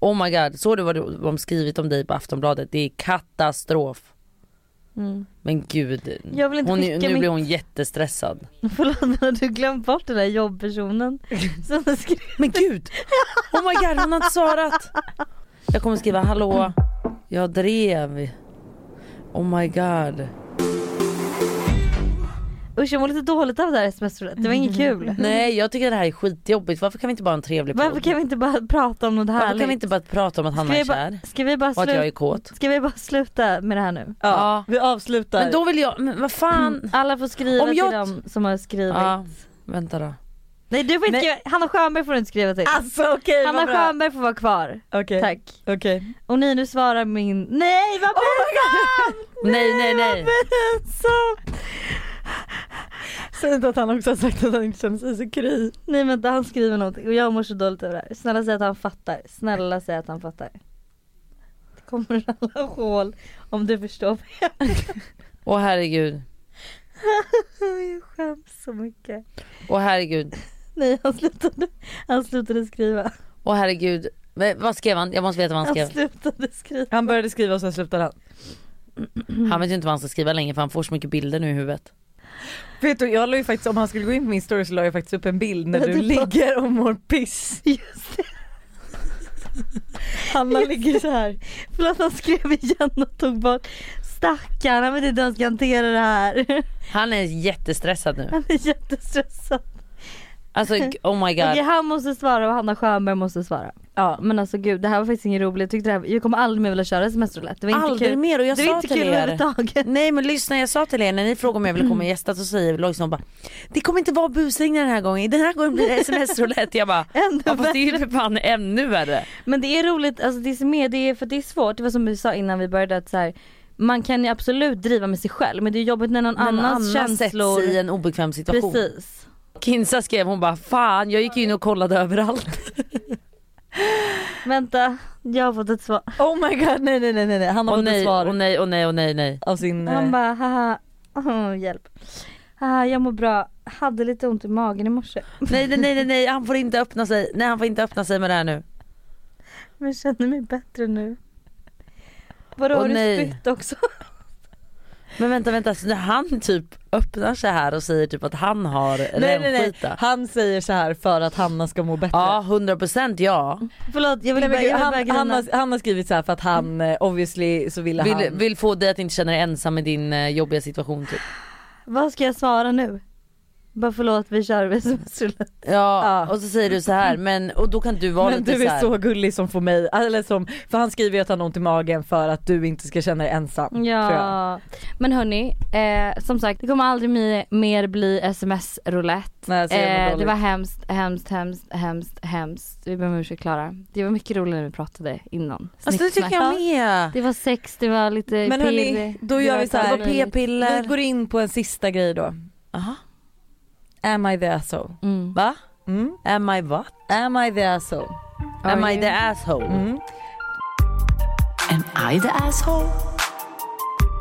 Speaker 5: Oh my god, såg du vad du- de skrivit om dig på Aftonbladet? Det är katastrof.
Speaker 3: Mm. <laughs>
Speaker 5: Men gud,
Speaker 3: Jag vill inte
Speaker 5: hon, är-
Speaker 3: skicka
Speaker 5: nu
Speaker 3: mitt-
Speaker 5: blir hon jättestressad.
Speaker 3: Förlåt men har du glömt bort den där
Speaker 5: <laughs>
Speaker 3: jobbpersonen som skrev?
Speaker 5: Men gud, oh my god hon har inte svarat. Jag kommer skriva hallå, jag drev. Oh my god.
Speaker 3: Usch jag mår lite dåligt av det här sms -rullet. Det var inget kul.
Speaker 5: Nej <laughs> jag tycker det här är skitjobbigt. Varför kan vi inte bara ha en trevlig
Speaker 3: Varför kan vi inte bara prata om något härligt?
Speaker 5: Varför kan vi inte bara prata om att Hanna
Speaker 3: Ska
Speaker 5: är
Speaker 3: vi bara,
Speaker 5: kär
Speaker 3: ska vi bara,
Speaker 5: och att jag är
Speaker 3: sluta,
Speaker 5: kåt?
Speaker 3: ska vi bara sluta med det här nu?
Speaker 4: Ja,
Speaker 5: Ja.
Speaker 4: vi avslutar.
Speaker 5: Men då vill jag, men vad fan.
Speaker 3: Alla får skriva
Speaker 5: Om jag-
Speaker 3: till dem som har skrivit.
Speaker 5: Mm. Ja, vänta då.
Speaker 3: Nej du får inte
Speaker 4: Nej.
Speaker 3: skriva, Hanna Stjernberg får du inte skriva till.
Speaker 4: Alltså okej vad
Speaker 3: Hanna
Speaker 4: bra.
Speaker 3: Stjernberg får vara kvar.
Speaker 4: Okej, Oh
Speaker 3: Tack.
Speaker 4: okej.
Speaker 3: Och ni nu svarar min, nej vad pinsamt!
Speaker 5: Nej nej nej.
Speaker 3: pinsamt!
Speaker 4: Säg inte att han också har sagt att han inte känner sig så kry.
Speaker 3: Nej vänta han skriver någonting och jag mår så dåligt över det här. Snälla säg att han fattar, snälla säg att han fattar. Det kommer <laughs> ur alla hål om du förstår.
Speaker 5: Åh herregud.
Speaker 3: Jag skäms så mycket.
Speaker 5: Åh herregud.
Speaker 3: Nej han slutade, han slutade skriva.
Speaker 5: Åh herregud. Men Vad skrev han? Jag måste veta vad han
Speaker 3: Han
Speaker 5: skrev.
Speaker 3: slutade skriva.
Speaker 4: Han började skriva och sen slutade han.
Speaker 5: Han vet ju inte vad han ska skriva längre för han får så mycket bilder nu i huvudet.
Speaker 4: Vet du, jag la ju faktiskt, om han skulle gå in på min story så la jag faktiskt upp en
Speaker 3: <laughs>
Speaker 4: bild när du ligger och mår piss.
Speaker 3: Just det.
Speaker 4: Hanna
Speaker 3: <laughs> Just
Speaker 4: ligger så här.
Speaker 3: Förlåt han skrev igen och tog bort. Stackarn han vet inte hur han ska hantera det här.
Speaker 5: Han är jättestressad nu.
Speaker 3: Han är jättestressad.
Speaker 5: Alltså g- oh my
Speaker 3: Okej
Speaker 5: god.
Speaker 3: han måste svara och Hanna Stjernberg måste svara. Ja men alltså gud det här var faktiskt ingen roligt, jag tyckte det här, jag kommer aldrig mer vilja köra semesterroulette. Det var inte
Speaker 5: Aldrig
Speaker 3: kul.
Speaker 5: mer och jag
Speaker 3: det var
Speaker 5: sa
Speaker 3: inte
Speaker 5: till
Speaker 3: kul
Speaker 5: er.
Speaker 3: överhuvudtaget. <laughs>
Speaker 5: Nej men lyssna jag sa till er när ni frågade om jag ville komma och gästa så säger Lojsan bara Det kommer inte vara busringningar den här gången, den här gången blir <laughs> det sms-roulette. Jag bara
Speaker 3: Ändå
Speaker 5: <laughs> ja, fast det är ju för fan ännu värre.
Speaker 3: Men det är roligt, alltså det som är, det är, för det är svårt, det var som vi sa innan vi började att så här, man kan ju absolut driva med sig själv men det är jobbigt när någon
Speaker 5: Någon
Speaker 3: annans
Speaker 5: annan
Speaker 3: känslor
Speaker 5: sätts i en obekväm situation.
Speaker 3: Precis.
Speaker 5: Kinsa skrev hon bara fan jag gick in och kollade överallt.
Speaker 3: Vänta, jag har fått ett svar.
Speaker 4: Oh my god nej nej nej nej, nej. han har
Speaker 5: Åh
Speaker 4: fått ett
Speaker 5: nej,
Speaker 4: svar
Speaker 5: åh nej, åh nej, åh nej, nej.
Speaker 4: av sin... eh,
Speaker 3: Han bara haha, <laughs> oh, hjälp. Haha jag mår bra, hade lite ont i magen i morse
Speaker 5: <laughs> Nej nej nej nej, nej han får inte öppna sig, nej han får inte öppna sig med det här nu.
Speaker 3: men känner mig bättre nu. Vadå
Speaker 5: Åh,
Speaker 3: har du
Speaker 5: nej.
Speaker 3: spytt också?
Speaker 5: Men vänta vänta, så när han typ öppnar sig här och säger typ att han har
Speaker 4: nej nej nej,
Speaker 5: rännskita.
Speaker 4: han säger så här för att Hanna ska må bättre.
Speaker 5: Ja 100% ja.
Speaker 3: Förlåt jag
Speaker 4: Nej,
Speaker 3: vill
Speaker 4: men
Speaker 3: bara,
Speaker 4: gud,
Speaker 3: jag vill
Speaker 4: han,
Speaker 3: bara
Speaker 4: han,
Speaker 3: grina.
Speaker 4: har, han har skrivit så här för att han eh, obviously så ville
Speaker 5: Vill,
Speaker 4: han...
Speaker 5: vill få dig att inte känna dig ensam i din eh, jobbiga situation typ.
Speaker 3: Vad ska jag svara nu? Bara förlåt vi kör vi semesterrullet.
Speaker 5: Ja, och så säger du så här men och då kan du vara
Speaker 4: Men
Speaker 5: lite
Speaker 4: du
Speaker 5: så här,
Speaker 4: är så gullig som får mig, eller som, för han skriver ju att han har ont i magen för att du inte ska känna dig ensam. tror jag.
Speaker 3: Ja. Men hörni, eh, som sagt det kommer aldrig mi- mer bli sms roulette.
Speaker 4: Nej, så jävla
Speaker 3: Eh, det
Speaker 4: dåligt.
Speaker 3: var hemskt, hemskt, hemskt, hemskt, hemskt. Vi ber om ursäkt Klara. Det var mycket roligare när vi pratade innan.
Speaker 5: Alltså det tycker jag
Speaker 3: Snicksnack.
Speaker 5: med.
Speaker 3: Det var sex, det var lite
Speaker 4: Men hörni, då
Speaker 3: det
Speaker 4: gör
Speaker 3: var
Speaker 4: vi så här.
Speaker 3: allt
Speaker 5: Det var
Speaker 3: möjligt.
Speaker 5: p-piller.
Speaker 4: Vi går in på en sista grej då.
Speaker 5: Aha.
Speaker 4: Am I the asshole?
Speaker 3: Mm.
Speaker 5: Va?
Speaker 4: Mm.
Speaker 5: Am I what?
Speaker 4: Am I the asshole?
Speaker 5: Am
Speaker 3: Are
Speaker 5: I
Speaker 3: you?
Speaker 5: the asshole?
Speaker 4: Mm.
Speaker 6: Am I the asshole?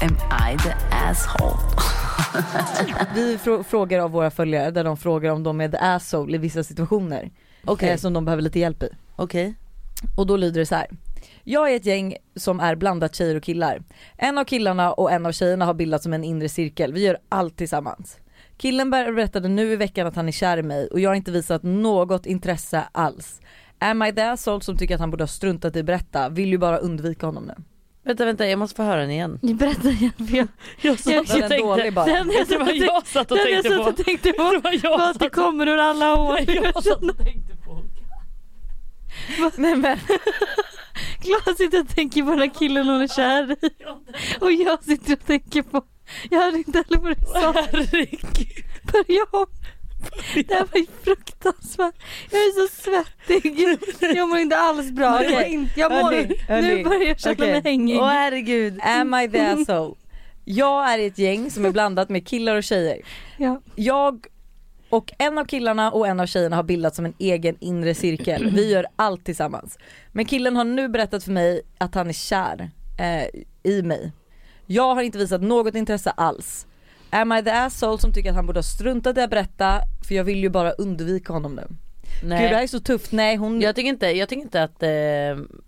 Speaker 6: Am I the asshole?
Speaker 4: <laughs> Vi frå- frågar av våra följare där de frågar om de är the asshole i vissa situationer.
Speaker 5: Okej.
Speaker 4: Eh, som de behöver lite hjälp i.
Speaker 5: Okej.
Speaker 4: Och då lyder det så här. Jag är ett gäng som är blandat tjejer och killar. En av killarna och en av tjejerna har bildat som en inre cirkel. Vi gör allt tillsammans. Killen berättade nu i veckan att han är kär i mig och jag har inte visat något intresse alls. Am I the asshole som tycker att han borde ha struntat i att berätta vill ju bara undvika honom nu.
Speaker 5: Vänta vänta jag måste få höra den igen.
Speaker 3: Berätta igen för jag, jag, jag,
Speaker 4: Den är dålig bara.
Speaker 3: Den jag satt och tänkte,
Speaker 5: satt
Speaker 3: den jag satt och tänkte på. <laughs> Det var jag att det kommer ur alla hår. <laughs>
Speaker 4: Nej men
Speaker 3: Klara sitter och tänker på den här killen hon är kär <laughs> i. Och jag sitter och tänker på, jag hörde inte heller vad du sa. Börja om. Det här var ju fruktansvärt. Jag är så svettig. Jag mår inte alls bra. Jag mår,
Speaker 4: Okej,
Speaker 3: inte, jag mår
Speaker 4: hörni,
Speaker 3: Nu
Speaker 4: hörni.
Speaker 3: börjar jag känna
Speaker 4: Okej.
Speaker 3: mig hängig.
Speaker 5: Åh herregud.
Speaker 4: am I the asshole? Jag är i ett gäng som är blandat med killar och tjejer.
Speaker 3: Ja.
Speaker 4: jag och en av killarna och en av tjejerna har bildat som en egen inre cirkel. Vi gör allt tillsammans. Men killen har nu berättat för mig att han är kär eh, i mig. Jag har inte visat något intresse alls. Am I the asshole som tycker att han borde ha struntat i att berätta för jag vill ju bara undvika honom nu.
Speaker 5: Nej.
Speaker 4: Gud det här är så tufft, nej hon,
Speaker 5: Jag tycker inte, jag tycker inte att eh,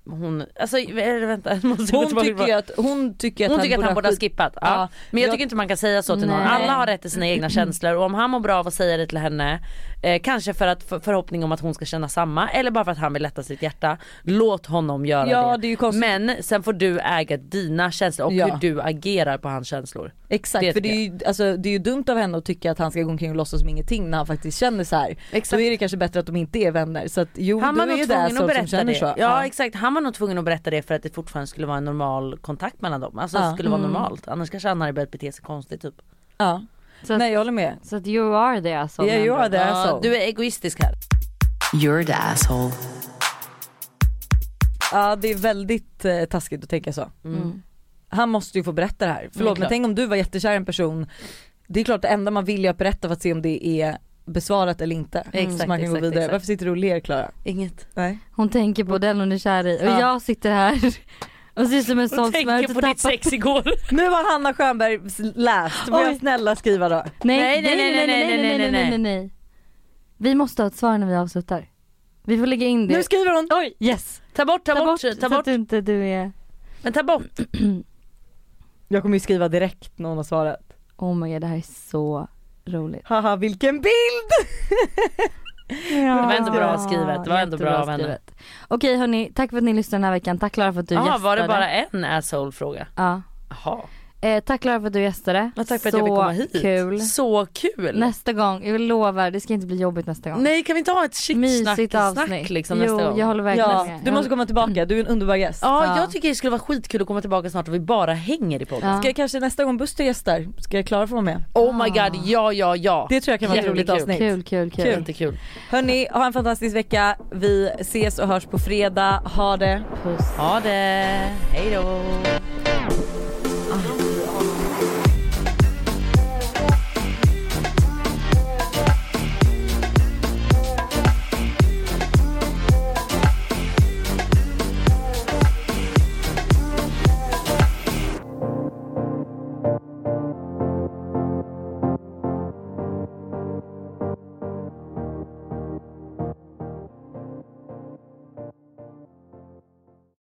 Speaker 5: hon, alltså eller vänta. jag måste gå
Speaker 4: hon
Speaker 5: tillbaka.
Speaker 4: tycker ju att, hon tycker att
Speaker 5: Hon tycker att han borde ha
Speaker 4: skit-
Speaker 5: skippat. Ja.
Speaker 4: Ja.
Speaker 5: Men jag
Speaker 4: Jag-
Speaker 5: tycker inte man kan säga så till någon.
Speaker 3: Nej.
Speaker 5: Alla har rätt till sina egna känslor och om han mår bra av att säga det till henne, eh, kanske för att för, förhoppning om att hon ska känna samma eller bara för att han vill lätta sitt hjärta. Låt honom göra
Speaker 4: Ja,
Speaker 5: det.
Speaker 4: det är ju konstigt.
Speaker 5: Men sen får du äga dina känslor och
Speaker 4: Ja.
Speaker 5: hur du agerar på hans känslor.
Speaker 4: Exakt,
Speaker 5: Det
Speaker 4: för det
Speaker 5: tycker
Speaker 4: är, ju, alltså, det är ju dumt av henne att tycka att han ska gå omkring och låtsas som ingenting när han faktiskt känner så här.
Speaker 5: Exakt.
Speaker 4: Då är det kanske bättre att de inte är vänner. Så att jo,
Speaker 5: Han
Speaker 4: då
Speaker 5: var
Speaker 4: Oh, är ju
Speaker 5: nog
Speaker 4: det
Speaker 5: tvungen att
Speaker 4: asshole som
Speaker 5: berätta
Speaker 4: känner
Speaker 5: det.
Speaker 4: så.
Speaker 5: Ja, exakt, han var nog tvungen att berätta det för att det fortfarande skulle vara en normal kontakt mellan dem. Alltså det
Speaker 4: Ja.
Speaker 5: skulle vara normalt. Annars kanske han hade börjat bete sig konstigt typ.
Speaker 4: ja.
Speaker 3: Så att-
Speaker 4: Nej jag håller med.
Speaker 3: Så att you are alltså, the asshole.
Speaker 4: Yeah, you are the
Speaker 5: Ja,
Speaker 4: asshole.
Speaker 5: du är egoistisk här.
Speaker 6: You're the asshole.
Speaker 4: Ja det är väldigt eh, taskigt att tänka så.
Speaker 3: Mm.
Speaker 4: Han måste ju få berätta det här. Förlåt men
Speaker 5: klart.
Speaker 4: tänk om du var jättekär i en person. Det är klart det enda man vill är att berätta för att se om det är besvarat eller inte. Mm,
Speaker 5: Exakt,
Speaker 4: så man kan
Speaker 5: exakt,
Speaker 4: gå vidare.
Speaker 5: exakt.
Speaker 4: Varför sitter du och ler Klara?
Speaker 5: Inget.
Speaker 4: Nej.
Speaker 3: Hon tänker på den hon är kär i och
Speaker 4: Ja.
Speaker 3: jag sitter här <laughs> och ser ut som en sån som har
Speaker 5: Tänker på ditt
Speaker 3: tappat
Speaker 5: sex igår.
Speaker 4: Nu har Hanna Stjernberg läst, får jag
Speaker 3: Oj.
Speaker 4: snälla skriva då?
Speaker 3: Nej nej nej nej nej nej nej nej nej nej. Vi måste ha ett svar när vi avslutar. Vi får lägga in det.
Speaker 4: Nu skriver hon!
Speaker 3: Oj! Yes!
Speaker 5: <laughs> Ta bort, ta, bort, ta
Speaker 3: så
Speaker 5: bort.
Speaker 3: att inte du är...
Speaker 5: Men ta bort.
Speaker 4: Jag kommer ju skriva direkt när hon har svarat.
Speaker 3: Oh my god det här är så roligt.
Speaker 4: Haha vilken bild!
Speaker 3: Det
Speaker 5: var ändå bra skrivet, det var ändå bra av henne.
Speaker 3: Okej hörni, tack för att ni lyssnade den här veckan. Tack Klara för att du
Speaker 5: Jaha,
Speaker 3: gästade.
Speaker 5: var det bara en asshole-fråga?
Speaker 3: Ja.
Speaker 5: Jaha.
Speaker 3: Eh, tack Lara för att du gästade.
Speaker 5: Ja, tack för att
Speaker 3: Så
Speaker 5: jag fick komma hit.
Speaker 3: kul.
Speaker 5: Så kul.
Speaker 3: Nästa gång, jag lovar det ska inte bli jobbigt nästa gång.
Speaker 5: Nej kan vi inte ha ett
Speaker 3: Mysigt
Speaker 5: chitsnack
Speaker 3: avsnitt.
Speaker 5: liksom
Speaker 3: jo,
Speaker 5: nästa gång?
Speaker 3: jag håller verkligen
Speaker 4: Ja,
Speaker 3: med.
Speaker 4: du
Speaker 3: Jag
Speaker 4: måste komma tillbaka, du är en underbar gäst.
Speaker 5: Ja,
Speaker 3: Ja.
Speaker 5: jag tycker det skulle vara skitkul att komma tillbaka snart och vi bara hänger i podden.
Speaker 3: Ja.
Speaker 4: Ska jag kanske nästa gång Buster gästar, ska Klara få vara med?
Speaker 5: Oh my god, ja ja ja.
Speaker 4: Ah. Det tror jag kan vara ett roligt
Speaker 5: Jättekul.
Speaker 4: avsnitt.
Speaker 3: Kul, kul, kul.
Speaker 5: är jättekul.
Speaker 4: Hörni, ha en fantastisk vecka. Vi ses och hörs på fredag. Ha det!
Speaker 3: Puss.
Speaker 5: Ha det, hejdå.